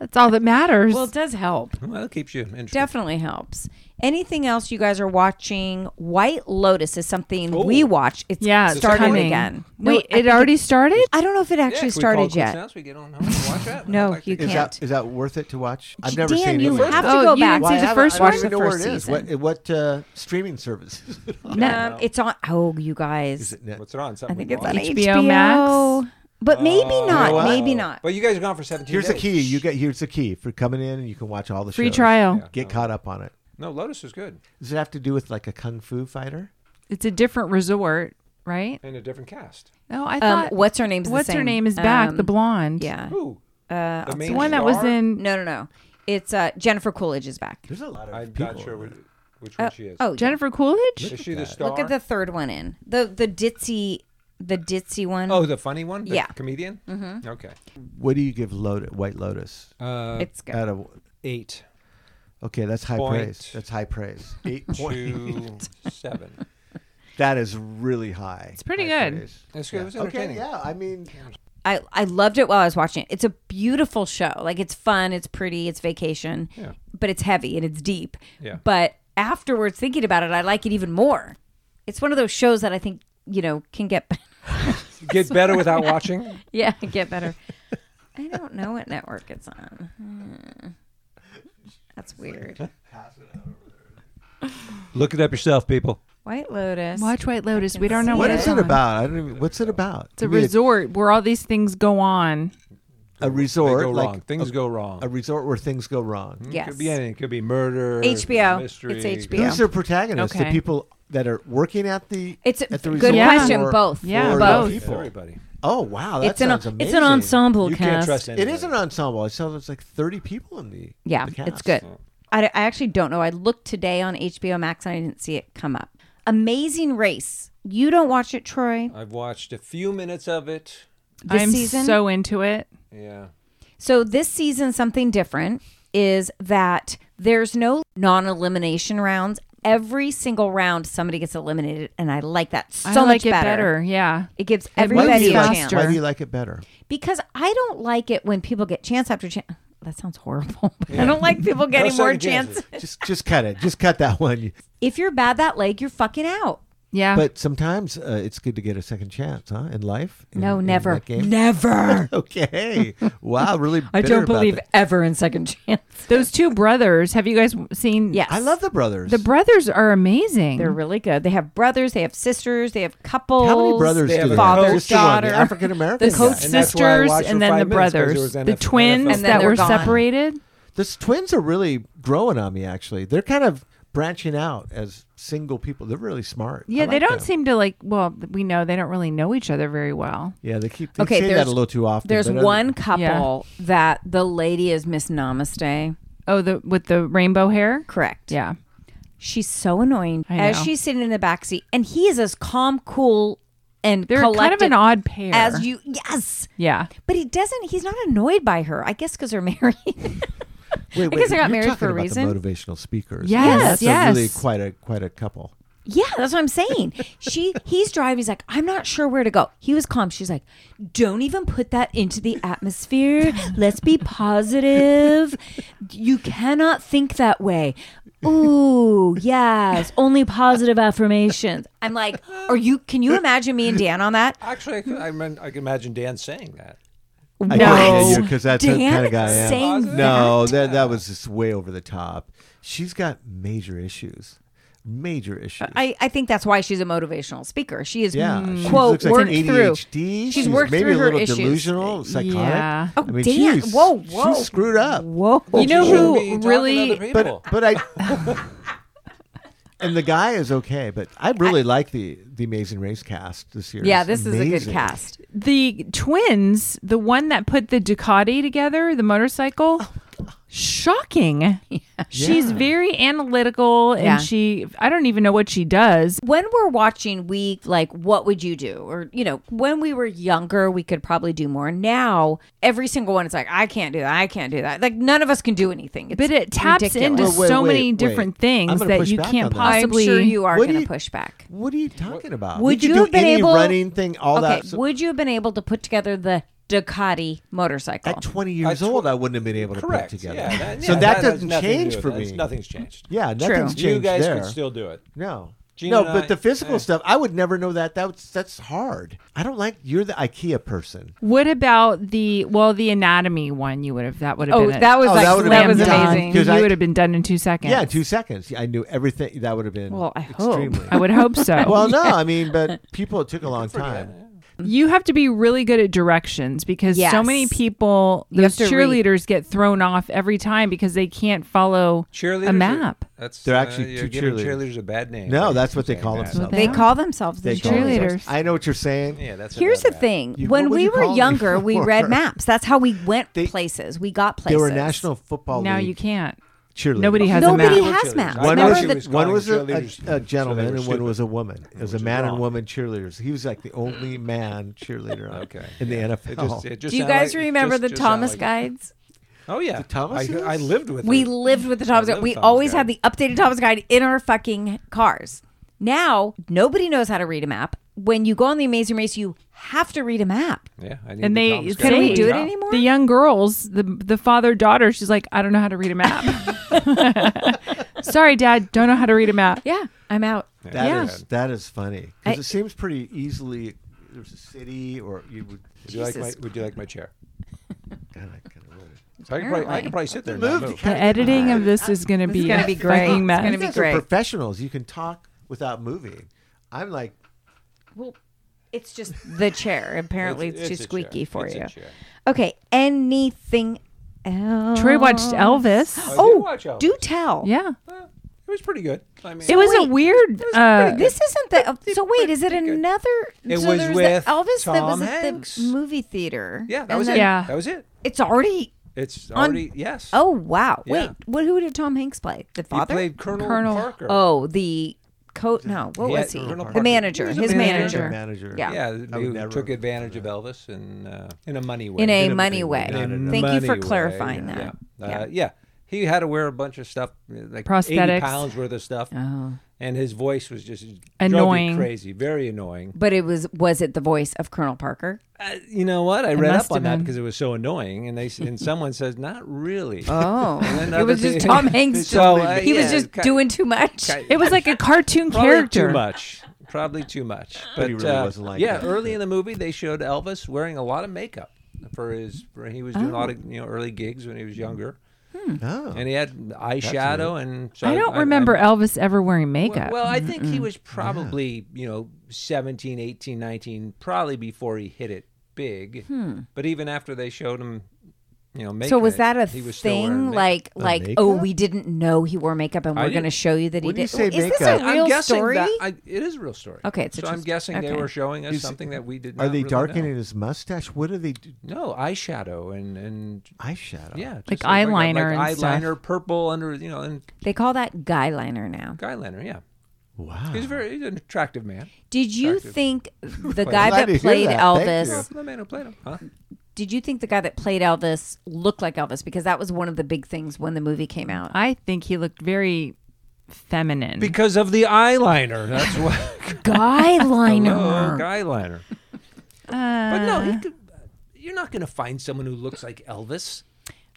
Speaker 3: That's all that matters.
Speaker 5: Well, it does help.
Speaker 6: well, it keeps you interested.
Speaker 5: Definitely helps. Anything else you guys are watching? White Lotus is something
Speaker 6: Oh.
Speaker 5: we watch. It's
Speaker 3: yeah, it's
Speaker 5: starting
Speaker 3: coming.
Speaker 5: again.
Speaker 3: Wait,
Speaker 5: No, I
Speaker 3: it
Speaker 5: think
Speaker 3: already started?
Speaker 5: I don't know if it
Speaker 6: Yeah,
Speaker 5: actually
Speaker 6: if we call it
Speaker 5: started
Speaker 6: quits
Speaker 5: yet.
Speaker 6: now, so we get on home and watch that.
Speaker 5: No,
Speaker 6: I'd like to
Speaker 5: you
Speaker 6: get-
Speaker 2: Is
Speaker 5: can't.
Speaker 2: that, is that worth it to watch? I've
Speaker 5: J-
Speaker 2: never
Speaker 5: Dan,
Speaker 2: seen it.
Speaker 5: you
Speaker 2: either.
Speaker 5: have to
Speaker 3: Oh,
Speaker 5: go
Speaker 3: you
Speaker 5: back.
Speaker 3: didn't see the
Speaker 2: haven't-
Speaker 3: first
Speaker 2: I
Speaker 3: one?
Speaker 2: don't even know
Speaker 5: The
Speaker 2: where
Speaker 5: first
Speaker 2: it is.
Speaker 5: season.
Speaker 2: What, what uh, streaming service? is it on?
Speaker 5: Um, it's on. Oh, you guys.
Speaker 2: Is it net?
Speaker 6: What's it on?
Speaker 5: I
Speaker 6: Something
Speaker 5: think
Speaker 6: we
Speaker 5: it's
Speaker 6: bought?
Speaker 5: on
Speaker 3: HBO
Speaker 5: HBO,
Speaker 3: Max?
Speaker 5: But maybe
Speaker 2: Oh,
Speaker 5: not.
Speaker 2: what?
Speaker 5: maybe not.
Speaker 6: But you guys are gone for 17
Speaker 2: Here's the
Speaker 6: days.
Speaker 2: key. You get here's the key for coming in, and you can watch all the
Speaker 3: Free
Speaker 2: shows.
Speaker 3: trial. Yeah,
Speaker 2: Get caught up on it.
Speaker 6: No, Lotus is good.
Speaker 2: Does it have to do with like a kung fu fighter?
Speaker 3: It's a different resort, right?
Speaker 6: And a different cast.
Speaker 3: No, I
Speaker 5: Um,
Speaker 3: thought.
Speaker 5: what's her name's the
Speaker 3: What's her
Speaker 5: same.
Speaker 3: name is back, the
Speaker 5: Um,
Speaker 3: blonde.
Speaker 5: Yeah.
Speaker 6: Who?
Speaker 5: Uh,
Speaker 6: the
Speaker 3: The one that was in.
Speaker 5: no, no, no. It's uh, Jennifer Coolidge is back.
Speaker 2: There's a lot of
Speaker 6: I'm
Speaker 2: people.
Speaker 6: not sure
Speaker 2: in
Speaker 6: which,
Speaker 2: it.
Speaker 6: which one she is.
Speaker 5: Oh, Jennifer.
Speaker 3: Jennifer Coolidge?
Speaker 6: is she the star?
Speaker 5: Look at the third one in the the ditzy the ditzy one.
Speaker 6: Oh, the funny one? The
Speaker 5: Yeah.
Speaker 6: comedian? Mm-hmm. Okay.
Speaker 2: What do you give Lotus, White Lotus?
Speaker 6: Uh,
Speaker 5: it's good.
Speaker 2: Out of
Speaker 6: eight
Speaker 2: okay, that's high
Speaker 6: Point.
Speaker 2: praise. That's high praise. Eight point.
Speaker 6: to seven.
Speaker 2: that is really high. It's
Speaker 3: pretty good.
Speaker 6: That's good. It was
Speaker 2: Okay,
Speaker 6: entertaining.
Speaker 2: yeah. I mean,
Speaker 5: I I loved it while I was watching it. It's a beautiful show. Like it's fun, it's pretty, it's vacation,
Speaker 6: Yeah.
Speaker 5: but it's heavy and it's deep.
Speaker 6: Yeah.
Speaker 5: But afterwards, thinking about it, I like it even more. It's one of those shows that I think you know can get.
Speaker 6: Get better without watching.
Speaker 5: Yeah, get better. I don't know what network it's on. Hmm. That's weird.
Speaker 6: Look it up yourself, people.
Speaker 5: White Lotus.
Speaker 3: Watch White Lotus. We don't know
Speaker 2: What
Speaker 3: what
Speaker 5: Yeah.
Speaker 2: is
Speaker 3: it's
Speaker 2: it
Speaker 3: on.
Speaker 2: about? I don't even. What's it about?
Speaker 3: It's a
Speaker 2: Give me
Speaker 3: resort where all these things go on.
Speaker 2: A resort.
Speaker 6: they go
Speaker 2: like
Speaker 6: wrong. Mm. Things
Speaker 2: a,
Speaker 6: go wrong.
Speaker 2: A resort where things go wrong.
Speaker 5: Yes.
Speaker 6: Could be anything. Could be murder.
Speaker 5: HBO.
Speaker 6: Mystery.
Speaker 5: It's HBO.
Speaker 2: Who's their protagonist? The
Speaker 3: Okay.
Speaker 2: people that are working at the.
Speaker 5: It's a
Speaker 2: at the resort
Speaker 5: good
Speaker 3: question.
Speaker 2: or-
Speaker 5: Both.
Speaker 3: Yeah,
Speaker 2: or the
Speaker 5: both.
Speaker 2: people.
Speaker 6: Everybody.
Speaker 2: Oh wow, that
Speaker 5: it's an
Speaker 2: sounds amazing.
Speaker 5: it's an ensemble
Speaker 6: You
Speaker 5: cast.
Speaker 6: can't trust
Speaker 2: It
Speaker 6: anybody.
Speaker 2: is an ensemble. I saw there's like 30 people in the
Speaker 5: Yeah,
Speaker 2: the
Speaker 5: it's
Speaker 2: cast. Oh.
Speaker 5: good. I, I actually don't know. I looked today on HBO Max and I didn't see it come up. Amazing Race. You don't watch it, Troy.
Speaker 6: I've watched a few minutes of it.
Speaker 5: This
Speaker 3: I'm
Speaker 5: season?
Speaker 3: so into it.
Speaker 6: Yeah.
Speaker 5: So this season, something different is that there's no non-elimination rounds. Every single round, somebody gets eliminated, and I like that so
Speaker 3: I like
Speaker 5: much
Speaker 3: it
Speaker 5: better.
Speaker 3: better. Yeah.
Speaker 5: It gives
Speaker 3: moves
Speaker 5: everybody a
Speaker 2: you like,
Speaker 5: chance
Speaker 3: faster.
Speaker 2: Why do you like it better?
Speaker 5: because I don't like it when people get chance after chance. That sounds horrible. but I don't like people getting
Speaker 6: second
Speaker 5: more
Speaker 6: chances.
Speaker 5: chances.
Speaker 2: Just just cut it. Just cut that one.
Speaker 5: If you're bad that leg, you're fucking out.
Speaker 3: Yeah.
Speaker 2: But sometimes uh, it's good to get a second chance, huh? In life? In-
Speaker 5: No,
Speaker 2: in
Speaker 5: never,
Speaker 2: that game?
Speaker 5: never.
Speaker 2: Okay. Wow, really.
Speaker 5: I
Speaker 2: bitter
Speaker 5: don't
Speaker 2: about
Speaker 5: believe
Speaker 2: that.
Speaker 5: ever in second chance.
Speaker 3: Those two brothers, have you guys seen?
Speaker 5: Yes,
Speaker 2: I love the brothers.
Speaker 3: The brothers are amazing.
Speaker 5: They're really good. They have brothers. They have sisters. They have couples.
Speaker 2: How many brothers
Speaker 6: They
Speaker 2: do
Speaker 6: have
Speaker 2: they
Speaker 6: a
Speaker 2: have?
Speaker 5: father,
Speaker 2: Just the one, the
Speaker 5: daughter,
Speaker 2: African American.
Speaker 5: the coach-
Speaker 2: guy.
Speaker 6: that's
Speaker 5: And
Speaker 6: why I
Speaker 3: sisters
Speaker 6: watched for
Speaker 3: and then the
Speaker 6: five minutes, 'cause there
Speaker 3: brothers,
Speaker 6: was
Speaker 3: the
Speaker 6: NFL
Speaker 3: twins
Speaker 6: And
Speaker 5: then
Speaker 3: that
Speaker 5: they're
Speaker 3: were
Speaker 5: gone.
Speaker 3: separated.
Speaker 2: The twins are really growing on me, actually. They're kind of branching out as single people. They're really smart. I
Speaker 3: Yeah, they
Speaker 2: like
Speaker 3: don't
Speaker 2: them.
Speaker 3: seem to like. Well, we know they don't really know each other very well.
Speaker 2: Yeah, they keep they
Speaker 5: Okay,
Speaker 2: say that
Speaker 5: there's-
Speaker 2: a little too often.
Speaker 5: There's
Speaker 2: but other-
Speaker 5: one couple that the lady is Miss Namaste.
Speaker 3: Oh, the with the rainbow hair.
Speaker 5: Correct.
Speaker 3: Yeah,
Speaker 5: She's so annoying.
Speaker 3: I
Speaker 5: As
Speaker 3: know.
Speaker 5: she's sitting in the back seat, and he is as calm, cool, and
Speaker 3: they're kind of
Speaker 5: collected
Speaker 3: an odd pair.
Speaker 5: as you. Yes,
Speaker 3: yeah,
Speaker 5: but he doesn't. He's not annoyed by her. I guess because they're married.
Speaker 2: Wait, wait,
Speaker 5: guess I
Speaker 2: you're
Speaker 5: got married
Speaker 2: talking
Speaker 5: for a
Speaker 2: about
Speaker 5: reason.
Speaker 2: The motivational speakers.
Speaker 3: Yes,
Speaker 2: Yeah, that's
Speaker 3: yes.
Speaker 2: A really quite a quite a couple.
Speaker 5: yeah, that's what I'm saying. She, he's driving. He's like, I'm not sure where to go. He was calm. She's like, Don't even put that into the atmosphere. Let's be positive. You cannot think that way. Ooh, yes. Only positive affirmations. I'm like, Are you? Can you imagine me and Dan on that?
Speaker 6: Actually, I, could, I, mean, I can imagine Dan saying that.
Speaker 2: I can't hear you because that's the
Speaker 5: Dan
Speaker 2: kind of guy I am.
Speaker 5: saying
Speaker 2: no, that that was just way over the top. She's got major issues, major issues.
Speaker 5: I, I think that's why she's a motivational speaker. She is
Speaker 2: yeah,
Speaker 5: mm,
Speaker 2: she
Speaker 5: quote
Speaker 2: looks like
Speaker 5: worked
Speaker 2: an
Speaker 5: through.
Speaker 2: ADHD. She's,
Speaker 5: worked
Speaker 2: maybe
Speaker 5: through
Speaker 2: a
Speaker 5: her
Speaker 2: little
Speaker 5: issus.
Speaker 2: delusional, psychotic.
Speaker 3: Yeah.
Speaker 2: I mean,
Speaker 5: Oh, Dan,
Speaker 2: she's
Speaker 5: whoa, whoa.
Speaker 2: she's screwed up.
Speaker 5: Whoa.
Speaker 3: You know
Speaker 6: Shouldn't
Speaker 3: who
Speaker 6: be talking to
Speaker 3: really-
Speaker 6: other people.
Speaker 2: But but I. And the guy is okay, but I really like the the Amazing Race cast this year.
Speaker 5: Yeah,
Speaker 2: It's
Speaker 5: this is a good
Speaker 2: amazing.
Speaker 5: cast.
Speaker 3: the twins, the one that put the Ducati together, the motorcycle. Shocking. She's
Speaker 2: Yeah.
Speaker 3: very analytical, and
Speaker 5: Yeah.
Speaker 3: she. I don't even know what she does.
Speaker 5: When we're watching, we like, what would you do? Or, you know, when we were younger, we could probably do more. Now, every single one is like, I can't do that. I can't do that. Like, none of us can do anything. It's
Speaker 3: But it taps
Speaker 5: ridiculous.
Speaker 3: into
Speaker 2: Well, wait,
Speaker 3: so
Speaker 2: wait,
Speaker 3: many
Speaker 2: wait.
Speaker 3: different
Speaker 2: I'm
Speaker 3: things
Speaker 2: gonna
Speaker 3: that
Speaker 2: push
Speaker 3: you
Speaker 2: back
Speaker 3: can't
Speaker 2: on that.
Speaker 3: possibly.
Speaker 5: I'm sure you are
Speaker 2: What do
Speaker 5: going
Speaker 2: you-
Speaker 5: to push back.
Speaker 2: What are you talking about?
Speaker 5: Would
Speaker 2: we
Speaker 5: you
Speaker 2: could do
Speaker 5: have been
Speaker 2: any
Speaker 5: able-
Speaker 2: running thing? All
Speaker 5: okay,
Speaker 2: that. so-
Speaker 5: would you have been able to put together the Ducati motorcycle?
Speaker 2: At 20 years
Speaker 6: At tw-
Speaker 2: old, I wouldn't have been able to
Speaker 6: Correct.
Speaker 2: put it together.
Speaker 6: Yeah, that,
Speaker 2: so
Speaker 6: yeah,
Speaker 2: that,
Speaker 6: has
Speaker 2: doesn't
Speaker 6: nothing to do
Speaker 2: change
Speaker 6: with
Speaker 2: for
Speaker 6: it.
Speaker 2: me.
Speaker 6: It's- Nothing's changed.
Speaker 2: Yeah, nothing's
Speaker 5: True.
Speaker 2: changed
Speaker 6: you guys
Speaker 2: there.
Speaker 6: could still do it.
Speaker 2: no.
Speaker 6: Gina
Speaker 2: no,
Speaker 6: and
Speaker 2: but
Speaker 6: I-
Speaker 2: the physical
Speaker 6: yeah.
Speaker 2: stuff, I would never know that. That's that's hard. I don't like you're the IKEA person.
Speaker 3: What about the well, the anatomy one? You would have that would have
Speaker 5: oh,
Speaker 3: been. a
Speaker 5: that was
Speaker 2: Oh,
Speaker 5: like,
Speaker 2: that
Speaker 5: that,
Speaker 2: would've
Speaker 5: was
Speaker 2: been done.
Speaker 5: amazing.
Speaker 2: Because
Speaker 3: You
Speaker 2: I-
Speaker 3: would have been done in two seconds.
Speaker 2: Yeah, in two seconds. I knew everything. That would have been
Speaker 5: Well, I hope.
Speaker 2: extremely.
Speaker 3: I would hope so.
Speaker 2: well, no, I mean, but people, it took a long time.
Speaker 3: you have to be really good at directions because so
Speaker 5: Yes.
Speaker 3: many people,
Speaker 5: You have
Speaker 3: those
Speaker 5: to read.
Speaker 3: cheerleaders, get thrown off every time because they can't follow
Speaker 6: Cheerleaders.
Speaker 3: a
Speaker 6: are-
Speaker 3: map.
Speaker 6: that's
Speaker 2: They're
Speaker 6: uh,
Speaker 2: actually
Speaker 6: you're
Speaker 2: two
Speaker 6: giving
Speaker 2: cheerleaders.
Speaker 6: cheerleaders a bad name.
Speaker 2: No,
Speaker 6: Right?
Speaker 2: that's what they
Speaker 6: Saying
Speaker 2: call
Speaker 6: that.
Speaker 2: themselves.
Speaker 5: They
Speaker 3: Yeah.
Speaker 5: call themselves the
Speaker 2: They call
Speaker 5: cheerleaders.
Speaker 2: themselves-
Speaker 3: cheerleaders.
Speaker 2: I know what you're saying.
Speaker 6: Yeah, that's a
Speaker 5: Here's the
Speaker 6: bad rap.
Speaker 5: thing.
Speaker 2: You-
Speaker 5: when
Speaker 2: what would
Speaker 5: we
Speaker 2: you
Speaker 5: were
Speaker 2: call them
Speaker 5: younger, we read
Speaker 2: before?
Speaker 5: maps. That's how we went
Speaker 2: They-
Speaker 5: places. We got
Speaker 2: They
Speaker 5: places.
Speaker 2: were National Football
Speaker 3: Now
Speaker 2: League
Speaker 3: you can't.
Speaker 2: cheerleaders.
Speaker 3: Nobody has
Speaker 5: Nobody
Speaker 3: a map.
Speaker 5: has
Speaker 6: Cheerleaders.
Speaker 5: maps.
Speaker 6: I
Speaker 2: One
Speaker 5: Remember
Speaker 6: thought
Speaker 2: was,
Speaker 6: she
Speaker 5: the-
Speaker 6: was
Speaker 2: one
Speaker 6: calling
Speaker 2: was a,
Speaker 6: cheerleaders, so they
Speaker 2: a, a
Speaker 6: were
Speaker 2: gentleman and one
Speaker 6: stupid.
Speaker 2: was a woman. It was a
Speaker 6: Which is
Speaker 2: man
Speaker 6: wrong.
Speaker 2: and woman cheerleaders. He was like the only man cheerleader on-
Speaker 6: Okay.
Speaker 2: in the
Speaker 6: It
Speaker 2: NFL.
Speaker 6: just, it just
Speaker 5: Do you
Speaker 6: sound
Speaker 5: guys
Speaker 6: like-
Speaker 5: remember
Speaker 6: just-
Speaker 5: the
Speaker 6: just sound
Speaker 5: Thomas
Speaker 6: like-
Speaker 5: guides?
Speaker 6: Oh yeah,
Speaker 2: The Thomas
Speaker 6: I,
Speaker 2: guys?
Speaker 6: I lived with.
Speaker 5: We
Speaker 6: her.
Speaker 5: lived with the Thomas
Speaker 6: I
Speaker 5: guide.
Speaker 6: love
Speaker 5: We
Speaker 6: Thomas
Speaker 5: always
Speaker 6: guide.
Speaker 5: had the updated Thomas guide in our fucking cars. Now nobody knows how to read a map. When you go on the Amazing Race, you have to read a map.
Speaker 6: Yeah, I need
Speaker 3: And
Speaker 6: the
Speaker 3: they
Speaker 6: Thomas
Speaker 3: say-
Speaker 6: guide.
Speaker 5: Can we
Speaker 3: Hey,
Speaker 5: do it
Speaker 3: yeah.
Speaker 5: anymore?
Speaker 3: The young girls, the the father daughter, she's like, I don't know how to read a map. Sorry, Dad, don't know how to read a map.
Speaker 5: yeah, I'm out.
Speaker 2: That
Speaker 3: Yeah.
Speaker 2: is- that is funny because
Speaker 5: I-
Speaker 2: it seems pretty easily there was a city, or you would.
Speaker 6: Would you like my Would you like my chair?
Speaker 2: God, I kind of really.
Speaker 6: So I can probably, I
Speaker 5: Apparently.
Speaker 6: can probably sit there. And not
Speaker 2: Moved, you
Speaker 6: move.
Speaker 3: The
Speaker 2: kinda-
Speaker 3: editing of this is going to be
Speaker 5: gonna be great.
Speaker 3: fucking
Speaker 5: It's
Speaker 3: mess.
Speaker 5: gonna be
Speaker 2: You guys are
Speaker 5: great.
Speaker 2: professionals. You can talk without moving. I'm like,
Speaker 5: Well, it's just the chair. Apparently, it's,
Speaker 6: it's
Speaker 5: too
Speaker 6: a chair.
Speaker 5: squeaky for
Speaker 6: It's a
Speaker 5: you.
Speaker 6: chair.
Speaker 5: Okay. Anything else?
Speaker 3: Troy watched Elvis.
Speaker 6: I
Speaker 5: Oh,
Speaker 6: did watch Elvis.
Speaker 5: do tell.
Speaker 3: Yeah,
Speaker 6: Well, it was pretty good. I mean,
Speaker 3: it was a
Speaker 5: wait.
Speaker 3: weird. Uh,
Speaker 5: This isn't the. So wait, is it another?
Speaker 6: It
Speaker 5: so
Speaker 6: was
Speaker 5: there's
Speaker 6: with
Speaker 5: the Elvis that was
Speaker 6: Tom
Speaker 5: at
Speaker 6: Hanks.
Speaker 5: the movie theater.
Speaker 6: yeah, that
Speaker 5: And
Speaker 6: was
Speaker 5: then-
Speaker 6: it.
Speaker 3: Yeah.
Speaker 6: That was it.
Speaker 5: It's already.
Speaker 6: It's
Speaker 5: On-
Speaker 6: already yes.
Speaker 5: Oh wow!
Speaker 6: Yeah.
Speaker 5: Wait, what? Who did Tom Hanks play? The
Speaker 6: he
Speaker 5: father?
Speaker 6: played Colonel,
Speaker 3: Colonel-
Speaker 6: Parker.
Speaker 5: oh, the coat. No, what
Speaker 6: He
Speaker 5: was
Speaker 6: had-
Speaker 5: he?
Speaker 6: Colonel
Speaker 5: The
Speaker 6: Parker.
Speaker 5: manager.
Speaker 6: He was a
Speaker 5: His
Speaker 3: manager.
Speaker 5: manager.
Speaker 2: you're a manager.
Speaker 5: Yeah.
Speaker 6: Yeah,
Speaker 2: I would
Speaker 6: he
Speaker 2: never
Speaker 6: took
Speaker 2: do
Speaker 6: advantage of Elvis in uh, in a money way.
Speaker 5: In a
Speaker 2: a
Speaker 5: money
Speaker 2: big
Speaker 5: way.
Speaker 2: way. In a
Speaker 5: Thank you
Speaker 6: money
Speaker 5: for
Speaker 6: way,
Speaker 5: clarifying
Speaker 6: yeah.
Speaker 5: that.
Speaker 6: Yeah.
Speaker 5: Yeah.
Speaker 6: Uh, yeah, he had to wear a bunch of stuff, uh, like
Speaker 3: Prosthetics.
Speaker 6: eighty pounds worth of stuff,
Speaker 5: Oh.
Speaker 6: and his voice was just drove you
Speaker 3: Annoying.
Speaker 6: crazy, very annoying.
Speaker 5: But it was was it the voice of Colonel Parker?
Speaker 6: Uh, you know what? I read
Speaker 3: must
Speaker 6: up on
Speaker 3: have
Speaker 6: that
Speaker 3: been.
Speaker 6: because it was so annoying, and they s- and someone says, "Not really."
Speaker 5: Oh,
Speaker 6: then
Speaker 5: it was
Speaker 6: other
Speaker 5: just
Speaker 6: people-
Speaker 5: Tom Hanks.
Speaker 6: So,
Speaker 5: doing-
Speaker 6: uh,
Speaker 5: he was
Speaker 6: yeah,
Speaker 5: just
Speaker 6: ki-
Speaker 5: doing too much.
Speaker 6: ki-
Speaker 3: it was like a cartoon
Speaker 6: Probably
Speaker 3: character.
Speaker 6: too much. Probably too much. But,
Speaker 2: But he really
Speaker 6: uh,
Speaker 2: wasn't like
Speaker 6: yeah,
Speaker 2: that.
Speaker 6: early in the movie they showed Elvis wearing a lot of makeup for his for he was doing a lot
Speaker 5: Oh.
Speaker 6: of you know early gigs when he was younger,
Speaker 2: Oh.
Speaker 6: and he had eyeshadow and. So
Speaker 3: I don't remember
Speaker 6: I-
Speaker 3: Elvis ever wearing makeup.
Speaker 6: well, I think he was probably, you know, 17, 18, 19, probably before he hit it big. But even after they showed him, you know, making
Speaker 5: Hmm. So was
Speaker 6: it,
Speaker 5: that a
Speaker 6: he was still wearing
Speaker 5: thing?
Speaker 6: makeup.
Speaker 5: Like, like,
Speaker 2: makeup?
Speaker 5: oh, we didn't know he wore makeup, and
Speaker 6: I
Speaker 5: we're going to
Speaker 6: didn't-
Speaker 5: show you that he
Speaker 2: When you
Speaker 5: did.
Speaker 2: say
Speaker 5: Is this
Speaker 2: makeup-
Speaker 5: a
Speaker 6: I'm
Speaker 5: real
Speaker 6: guessing
Speaker 5: story?
Speaker 6: That, I, it is a real story.
Speaker 5: Okay, it's a
Speaker 6: so
Speaker 5: true
Speaker 6: I'm
Speaker 5: sto-
Speaker 6: guessing they
Speaker 5: okay.
Speaker 6: were showing us
Speaker 2: Is-
Speaker 6: something that we did.
Speaker 2: Are
Speaker 6: not
Speaker 2: they
Speaker 6: really
Speaker 2: darkening
Speaker 6: know.
Speaker 2: his mustache? What are they? do?
Speaker 6: No, eyeshadow and and
Speaker 5: Oh.
Speaker 2: Eyeshadow.
Speaker 6: yeah, just
Speaker 3: Like
Speaker 6: a-
Speaker 3: eyeliner
Speaker 6: like
Speaker 3: and stuff.
Speaker 6: eyeliner, purple under you know, and
Speaker 5: They call that guy liner now.
Speaker 6: eyeliner. Yeah,
Speaker 2: Wow.
Speaker 5: Uh-huh.
Speaker 6: he's very he's an attractive man.
Speaker 5: Did you
Speaker 6: Attractive.
Speaker 5: think the
Speaker 2: I'm
Speaker 5: guy
Speaker 2: glad
Speaker 5: that
Speaker 2: to hear
Speaker 5: played
Speaker 2: that. Thank
Speaker 5: Elvis?
Speaker 6: The man who played him, huh?
Speaker 5: Did you think the guy that played Elvis looked like Elvis? Because that was one of the big things when the movie came out.
Speaker 3: I think he looked very feminine.
Speaker 6: Because of the eyeliner. That's why.
Speaker 5: guy
Speaker 6: Hello,
Speaker 5: liner.
Speaker 6: eyeliner. But no,
Speaker 3: Uh.
Speaker 6: he could, you're not going to find someone who looks like Elvis.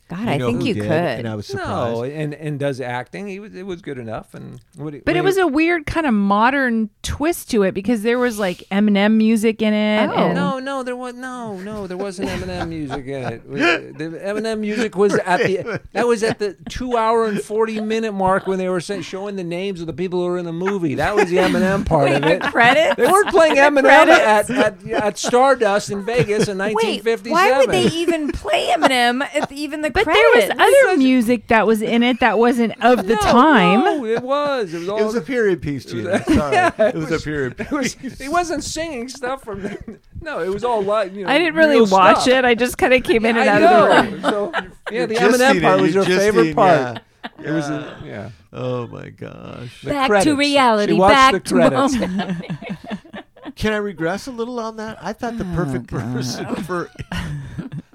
Speaker 5: God, I
Speaker 2: know
Speaker 5: think
Speaker 2: who
Speaker 5: you
Speaker 2: did,
Speaker 5: could.
Speaker 2: And I was surprised.
Speaker 6: No, and and does acting. He was it was good enough, and what he-
Speaker 3: But
Speaker 6: when
Speaker 3: it
Speaker 6: he-
Speaker 3: was a weird kind of modern twist to it because there was like Eminem music in it.
Speaker 5: Oh.
Speaker 3: and-
Speaker 6: No, no, there was no, no, there wasn't Eminem music in it. We- The Eminem music was at the that was at the two hour and forty minute mark when they were sa- showing the names of the people who were in the movie. That was the Eminem part of it.
Speaker 5: Credit.
Speaker 6: They weren't playing Eminem at, at, at Stardust in Vegas in
Speaker 5: Wait,
Speaker 6: 1957.
Speaker 5: why would they even play Eminem at the- even the
Speaker 3: But
Speaker 5: credits?
Speaker 3: there was other music that was in it that wasn't of the
Speaker 6: No,
Speaker 3: time.
Speaker 6: No, it was. It was all.
Speaker 2: It was a period piece, Gina. Sorry. it was a period
Speaker 6: it was- he wasn't singing stuff from. The, no, it was all live. You know,
Speaker 3: I didn't really
Speaker 6: real
Speaker 3: watch
Speaker 6: stuff.
Speaker 3: it. I just kind of came in and
Speaker 6: I
Speaker 3: out of the room.
Speaker 6: know. So, yeah, the
Speaker 2: Just
Speaker 6: Eminem
Speaker 2: seen
Speaker 6: part
Speaker 2: it.
Speaker 6: was
Speaker 2: You
Speaker 6: your
Speaker 2: just
Speaker 6: favorite
Speaker 2: seen-
Speaker 6: part.
Speaker 2: yeah.
Speaker 6: It was, a, yeah.
Speaker 2: Oh my gosh.
Speaker 5: Back
Speaker 6: credits.
Speaker 5: to reality.
Speaker 6: She watched
Speaker 5: back
Speaker 6: the
Speaker 5: to
Speaker 6: credits.
Speaker 5: mom.
Speaker 2: Can I regress a little on that? I thought the
Speaker 5: Oh,
Speaker 2: perfect person for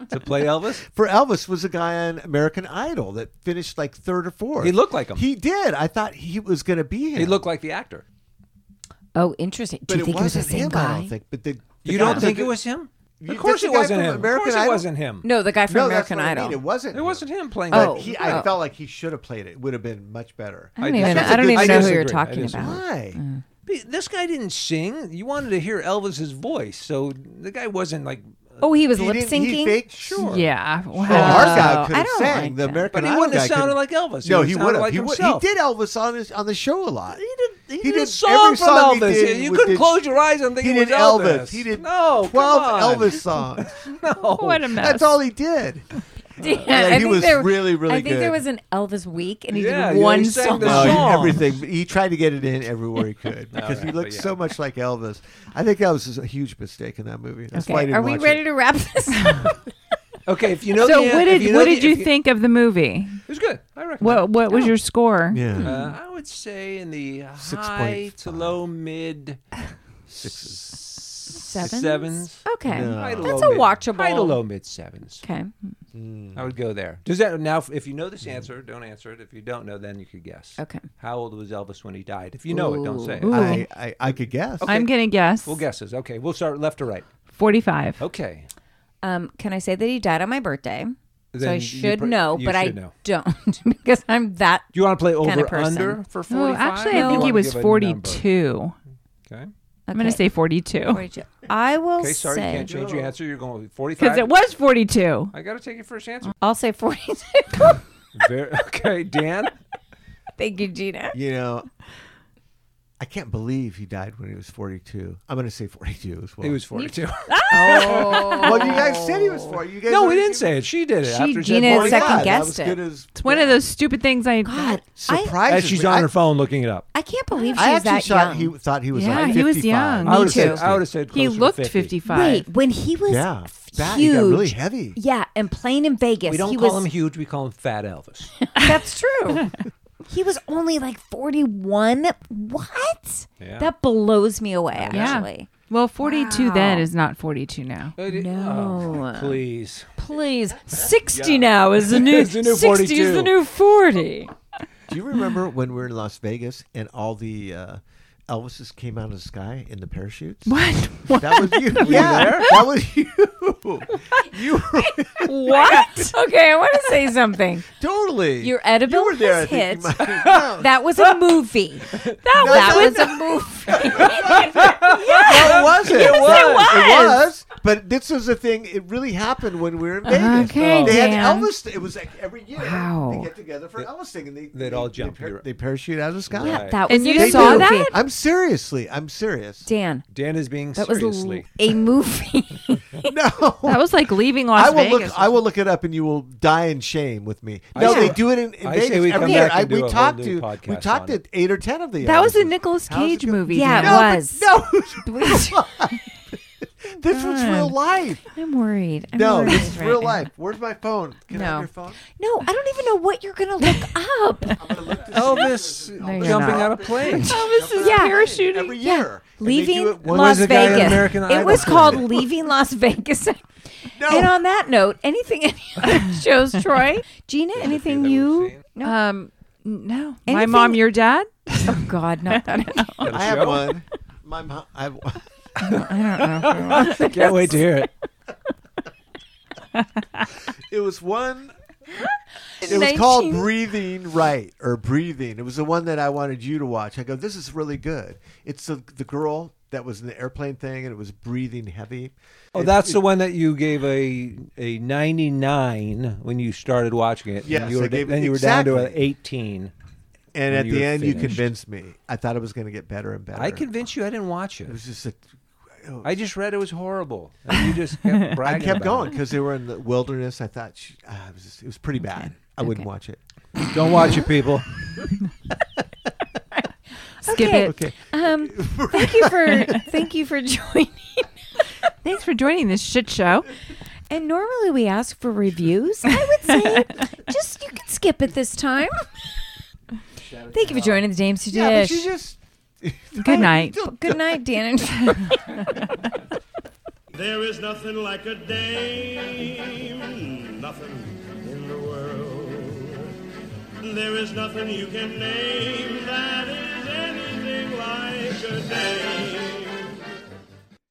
Speaker 6: to play Elvis.
Speaker 2: for Elvis was a guy on American Idol that finished like third or fourth.
Speaker 6: He looked like him.
Speaker 2: He did. I thought he was going to be him.
Speaker 6: He looked like the actor.
Speaker 5: Oh, interesting. Do
Speaker 2: but
Speaker 5: you think it was the
Speaker 2: wasn't
Speaker 5: same
Speaker 2: him. I
Speaker 5: guy?
Speaker 2: don't think. But the, the
Speaker 6: You
Speaker 2: guy-
Speaker 6: don't
Speaker 2: the-
Speaker 6: think it was him?
Speaker 2: You-
Speaker 6: Of course
Speaker 2: that's
Speaker 6: it
Speaker 2: the guy
Speaker 6: wasn't
Speaker 2: from
Speaker 6: him.
Speaker 2: American
Speaker 6: of course it
Speaker 2: Idol?
Speaker 6: wasn't him.
Speaker 5: No, the guy from
Speaker 2: No, that's
Speaker 5: American
Speaker 2: what I
Speaker 5: Idol.
Speaker 2: mean. It wasn't.
Speaker 6: It wasn't him playing.
Speaker 2: But
Speaker 5: Oh.
Speaker 2: he, I
Speaker 5: Oh.
Speaker 2: felt like he should have played it. It would have been much better.
Speaker 5: I don't
Speaker 6: I
Speaker 5: even,
Speaker 6: dis-
Speaker 5: I don't even
Speaker 6: I
Speaker 5: know Uh, who you're
Speaker 6: disagree. I
Speaker 5: talking
Speaker 6: disagree.
Speaker 5: about.
Speaker 2: Why?
Speaker 6: Be- This guy didn't sing. You wanted to hear Elvis's voice, so the guy wasn't like.
Speaker 5: Oh, he was
Speaker 2: He
Speaker 5: lip
Speaker 2: didn't- he
Speaker 5: synched.
Speaker 2: faked. Sure.
Speaker 3: Yeah. Wow.
Speaker 2: Oh, our guy could
Speaker 5: I
Speaker 2: have
Speaker 5: don't
Speaker 2: sang.
Speaker 5: like
Speaker 2: the
Speaker 5: that.
Speaker 2: American
Speaker 6: But he
Speaker 2: Idol
Speaker 6: wouldn't have
Speaker 2: guy could-
Speaker 6: sounded like Elvis. He
Speaker 2: No,
Speaker 6: would
Speaker 2: he
Speaker 6: sound
Speaker 2: would have.
Speaker 6: like
Speaker 2: he, would- he
Speaker 6: himself.
Speaker 2: did Elvis on his on the show a lot.
Speaker 6: He did, he
Speaker 2: He
Speaker 6: did a
Speaker 2: did
Speaker 6: song
Speaker 2: every
Speaker 6: from
Speaker 2: song he
Speaker 6: Elvis.
Speaker 2: did
Speaker 6: you
Speaker 2: with
Speaker 6: couldn't
Speaker 2: the-
Speaker 6: close your eyes and think
Speaker 2: He
Speaker 6: it was
Speaker 2: did Elvis. He did
Speaker 6: no, come on.
Speaker 2: twelve Elvis songs.
Speaker 6: No.
Speaker 3: What a mess.
Speaker 2: That's all he did.
Speaker 5: Yeah,
Speaker 2: Yeah,
Speaker 5: I
Speaker 2: he
Speaker 5: think
Speaker 2: was
Speaker 5: there-
Speaker 2: really, really
Speaker 5: I think
Speaker 2: good.
Speaker 5: there was an Elvis week, and he
Speaker 6: Yeah,
Speaker 5: did
Speaker 6: yeah,
Speaker 5: one
Speaker 6: he sang
Speaker 5: song.
Speaker 6: the
Speaker 2: No, he-
Speaker 6: song.
Speaker 2: everything. He tried to get it in everywhere he could because he
Speaker 6: right,
Speaker 2: looked
Speaker 6: but Oh, yeah.
Speaker 2: so much like Elvis. I think that was just a huge mistake in that movie. That's why I
Speaker 5: Okay,
Speaker 2: didn't
Speaker 5: are we
Speaker 2: watch
Speaker 5: ready
Speaker 2: it.
Speaker 5: to wrap this? up?
Speaker 6: Okay, if you know.
Speaker 3: So
Speaker 6: the,
Speaker 3: what
Speaker 6: uh, if
Speaker 3: did
Speaker 6: you know
Speaker 3: what
Speaker 6: the-
Speaker 3: did you
Speaker 6: if
Speaker 3: think of the movie?
Speaker 6: It was good. I recommend. it.
Speaker 3: What what was your score?
Speaker 2: Yeah.
Speaker 6: Uh, I would say in the high
Speaker 2: 6.5.
Speaker 6: to low mid
Speaker 5: Sevens?
Speaker 6: sevens. Sevens.
Speaker 5: Okay,
Speaker 2: No.
Speaker 6: High to
Speaker 5: that's a
Speaker 6: low mid- High to
Speaker 5: watchable.
Speaker 6: low mid sevens.
Speaker 5: Okay,
Speaker 2: Hmm.
Speaker 6: I would go there. Does that now? If you know this answer, don't answer it. If you don't know, then you could guess.
Speaker 5: Okay.
Speaker 6: How old was Elvis when he died? If you know it, don't say it.
Speaker 3: Ooh.
Speaker 2: I, I I could guess.
Speaker 3: I'm gonna guess
Speaker 6: We'll Oh, guesses. Okay, we'll start left to right.
Speaker 3: forty five.
Speaker 6: Okay.
Speaker 5: um, can I say that he died on my birthday? so
Speaker 6: Then
Speaker 5: I
Speaker 6: you
Speaker 5: should
Speaker 6: pr-
Speaker 5: know,
Speaker 6: you
Speaker 5: but I
Speaker 6: should know.
Speaker 5: don't because I'm that.
Speaker 6: Do you want to play over
Speaker 5: person.
Speaker 6: under for
Speaker 3: Oh,
Speaker 6: forty-five?
Speaker 3: actually,
Speaker 6: or
Speaker 3: I think
Speaker 6: you
Speaker 3: he
Speaker 6: wanna
Speaker 3: was
Speaker 6: give a
Speaker 3: forty
Speaker 6: number?
Speaker 3: two.
Speaker 6: Okay.
Speaker 3: I'm going to
Speaker 5: Okay.
Speaker 3: say 42
Speaker 5: 42. I will
Speaker 6: Okay, sorry, you
Speaker 5: say.
Speaker 6: can't change your answer. You're going with
Speaker 3: because
Speaker 6: 45.
Speaker 3: it was 42.
Speaker 6: I got to take your first answer.
Speaker 5: I'll say 42.
Speaker 6: Very, okay, Dan.
Speaker 5: Thank you, Gina.
Speaker 2: You know, I can't believe he died when he was 42. I'm going to say 42 as well.
Speaker 6: He was 42.
Speaker 2: Well, you guys said he was 40. You guys
Speaker 6: no, we
Speaker 2: already-
Speaker 6: didn't say it. She did it.
Speaker 5: She-
Speaker 6: after
Speaker 5: Gina
Speaker 2: Oh
Speaker 6: said
Speaker 2: my
Speaker 5: It second
Speaker 2: God, that
Speaker 5: guessed
Speaker 2: was
Speaker 5: it.
Speaker 2: good as
Speaker 3: It's one of those stupid things I
Speaker 5: God, I,
Speaker 2: surprises.
Speaker 6: As she's
Speaker 2: me.
Speaker 6: on
Speaker 2: I-
Speaker 6: her phone looking it up.
Speaker 5: I can't believe she's
Speaker 2: I actually
Speaker 5: that
Speaker 2: thought
Speaker 5: young.
Speaker 2: he thought he was.
Speaker 3: Yeah,
Speaker 2: like
Speaker 3: he was
Speaker 2: 55.
Speaker 3: young.
Speaker 6: I
Speaker 3: Me
Speaker 6: would've
Speaker 5: too.
Speaker 6: said, I would have said
Speaker 3: he
Speaker 6: closer to
Speaker 3: looked
Speaker 6: 50.
Speaker 3: 55.
Speaker 5: Wait, when he was
Speaker 2: Yeah, fat. He
Speaker 5: huge,
Speaker 2: got really heavy.
Speaker 5: Yeah, and playing in Vegas,
Speaker 6: We don't
Speaker 5: he
Speaker 6: call
Speaker 5: was.
Speaker 6: him huge. We call him Fat Elvis.
Speaker 5: That's true. he was only like forty-one. What?
Speaker 6: Yeah.
Speaker 5: That blows me away. Actually,
Speaker 3: Well, 42 then
Speaker 5: Wow.
Speaker 3: is not 42 now.
Speaker 6: But it-
Speaker 5: No.
Speaker 6: oh, please.
Speaker 5: please, sixty now is the
Speaker 6: It's the new 60 is 42. the new
Speaker 5: forty.
Speaker 2: Do you remember when we were in Las Vegas and all the uh, Elvises came out of the sky in the parachutes?
Speaker 3: What? What?
Speaker 2: That was you. yeah, that was you. You were
Speaker 5: What? okay, I want to say something.
Speaker 2: totally.
Speaker 5: Your edible
Speaker 2: you were there, I
Speaker 5: was
Speaker 2: think you
Speaker 5: hit.
Speaker 2: might- no,
Speaker 5: That was a movie. That, was a movie.
Speaker 2: no, it wasn't. It
Speaker 5: was.
Speaker 2: It was. But this was a thing. It really happened when we were in Vegas.
Speaker 3: Okay,
Speaker 2: they had
Speaker 3: Dan.
Speaker 2: Elvis. It was like every year
Speaker 5: Wow.
Speaker 2: they get together for Elvis thing, and they
Speaker 6: They'd all jump.
Speaker 2: They, par-
Speaker 6: You're-
Speaker 2: they parachute out of the sky.
Speaker 5: yeah,
Speaker 6: Right.
Speaker 5: that was
Speaker 3: And
Speaker 5: a
Speaker 3: you
Speaker 5: movie.
Speaker 3: saw that?
Speaker 2: I'm seriously. I'm serious.
Speaker 5: Dan.
Speaker 6: Dan is being
Speaker 5: That was
Speaker 6: seriously.
Speaker 5: a movie.
Speaker 2: No.
Speaker 3: That was like leaving Las
Speaker 2: I will
Speaker 3: Vegas.
Speaker 2: look. I will look it up, and you will die in shame with me. No,
Speaker 6: say-
Speaker 2: they do it in, in
Speaker 6: I say
Speaker 2: Vegas
Speaker 6: we
Speaker 2: every
Speaker 6: come
Speaker 2: year.
Speaker 6: back
Speaker 2: I,
Speaker 6: and do
Speaker 2: we
Speaker 6: a whole
Speaker 2: talked
Speaker 6: new
Speaker 2: to. We
Speaker 6: podcast
Speaker 2: talked
Speaker 6: on
Speaker 2: to eight or ten of the.
Speaker 3: that was a
Speaker 2: Elvises.
Speaker 3: Nicolas
Speaker 2: How's it
Speaker 3: Cage
Speaker 2: go-
Speaker 3: movie.
Speaker 5: Yeah, it
Speaker 3: Dan.
Speaker 2: No, but
Speaker 5: was.
Speaker 2: no. this was real life.
Speaker 5: I'm worried. I'm
Speaker 2: No,
Speaker 5: worried
Speaker 2: this is
Speaker 5: right
Speaker 2: real
Speaker 5: now.
Speaker 2: life. Where's my phone? Can I
Speaker 5: No.
Speaker 2: have your phone?
Speaker 5: No, I don't even know what you're gonna look up.
Speaker 2: I'm gonna look to see
Speaker 6: Elvis
Speaker 5: you're
Speaker 6: jumping
Speaker 5: not.
Speaker 6: out of plane.
Speaker 5: Oh,
Speaker 3: Elvis Oh, is
Speaker 5: Yeah.
Speaker 3: parachuting.
Speaker 2: every year. And they do
Speaker 5: Leaving
Speaker 2: it one-
Speaker 5: Las
Speaker 6: the guy on
Speaker 5: Vegas.
Speaker 6: American Idol
Speaker 5: it was
Speaker 6: doing
Speaker 5: called
Speaker 6: it?
Speaker 5: Leaving Las Vegas.
Speaker 2: No.
Speaker 5: And on that note, anything any other shows, Troy? Gina, anything you? Oh, No.
Speaker 3: Um, no. My
Speaker 5: Anything-
Speaker 3: mom, your dad?
Speaker 5: Oh God, no. I don't know.
Speaker 2: I have one. My mom. I have one.
Speaker 6: Can't wait to hear it.
Speaker 2: It was one. It was called
Speaker 5: 19
Speaker 2: Breathing Right or Breathing. It was the one that I wanted you to watch. I go, this is really good. It's the, the girl that was in the airplane thing and it was breathing heavy.
Speaker 6: Oh,
Speaker 2: It-
Speaker 6: that's
Speaker 2: it-
Speaker 6: the one that you gave a a 99 when you started watching it.
Speaker 2: Yes,
Speaker 6: and you
Speaker 2: I
Speaker 6: were,
Speaker 2: gave it-
Speaker 6: then you were down to an
Speaker 2: exactly.
Speaker 6: 18.
Speaker 2: And at
Speaker 6: you
Speaker 2: the
Speaker 6: were
Speaker 2: end, you
Speaker 6: finished.
Speaker 2: convinced me. I thought it was going to get better and better.
Speaker 6: I convinced you I didn't watch
Speaker 2: It
Speaker 6: it.
Speaker 2: was just a. oh,
Speaker 6: I just read it was horrible. And you just kept
Speaker 2: I
Speaker 6: bragging.
Speaker 2: kept
Speaker 6: about
Speaker 2: going because they were in the wilderness. I thought sh ah, it, was just- it was pretty bad. I wouldn't watch it.
Speaker 6: it. Don't watch it, people.
Speaker 3: Skip
Speaker 5: Okay.
Speaker 3: it.
Speaker 2: Okay.
Speaker 5: Um, thank you for thank you for joining.
Speaker 3: Thanks for joining this shit show.
Speaker 5: And normally we ask for reviews. I would say just you can skip it this time. Thank you for joining the James Dish.
Speaker 2: Yeah, but you just.
Speaker 3: Good night.
Speaker 5: Good night, Dan and Troy.
Speaker 7: There is nothing like a dame, nothing in the world. There is nothing you can name that is anything like a dame.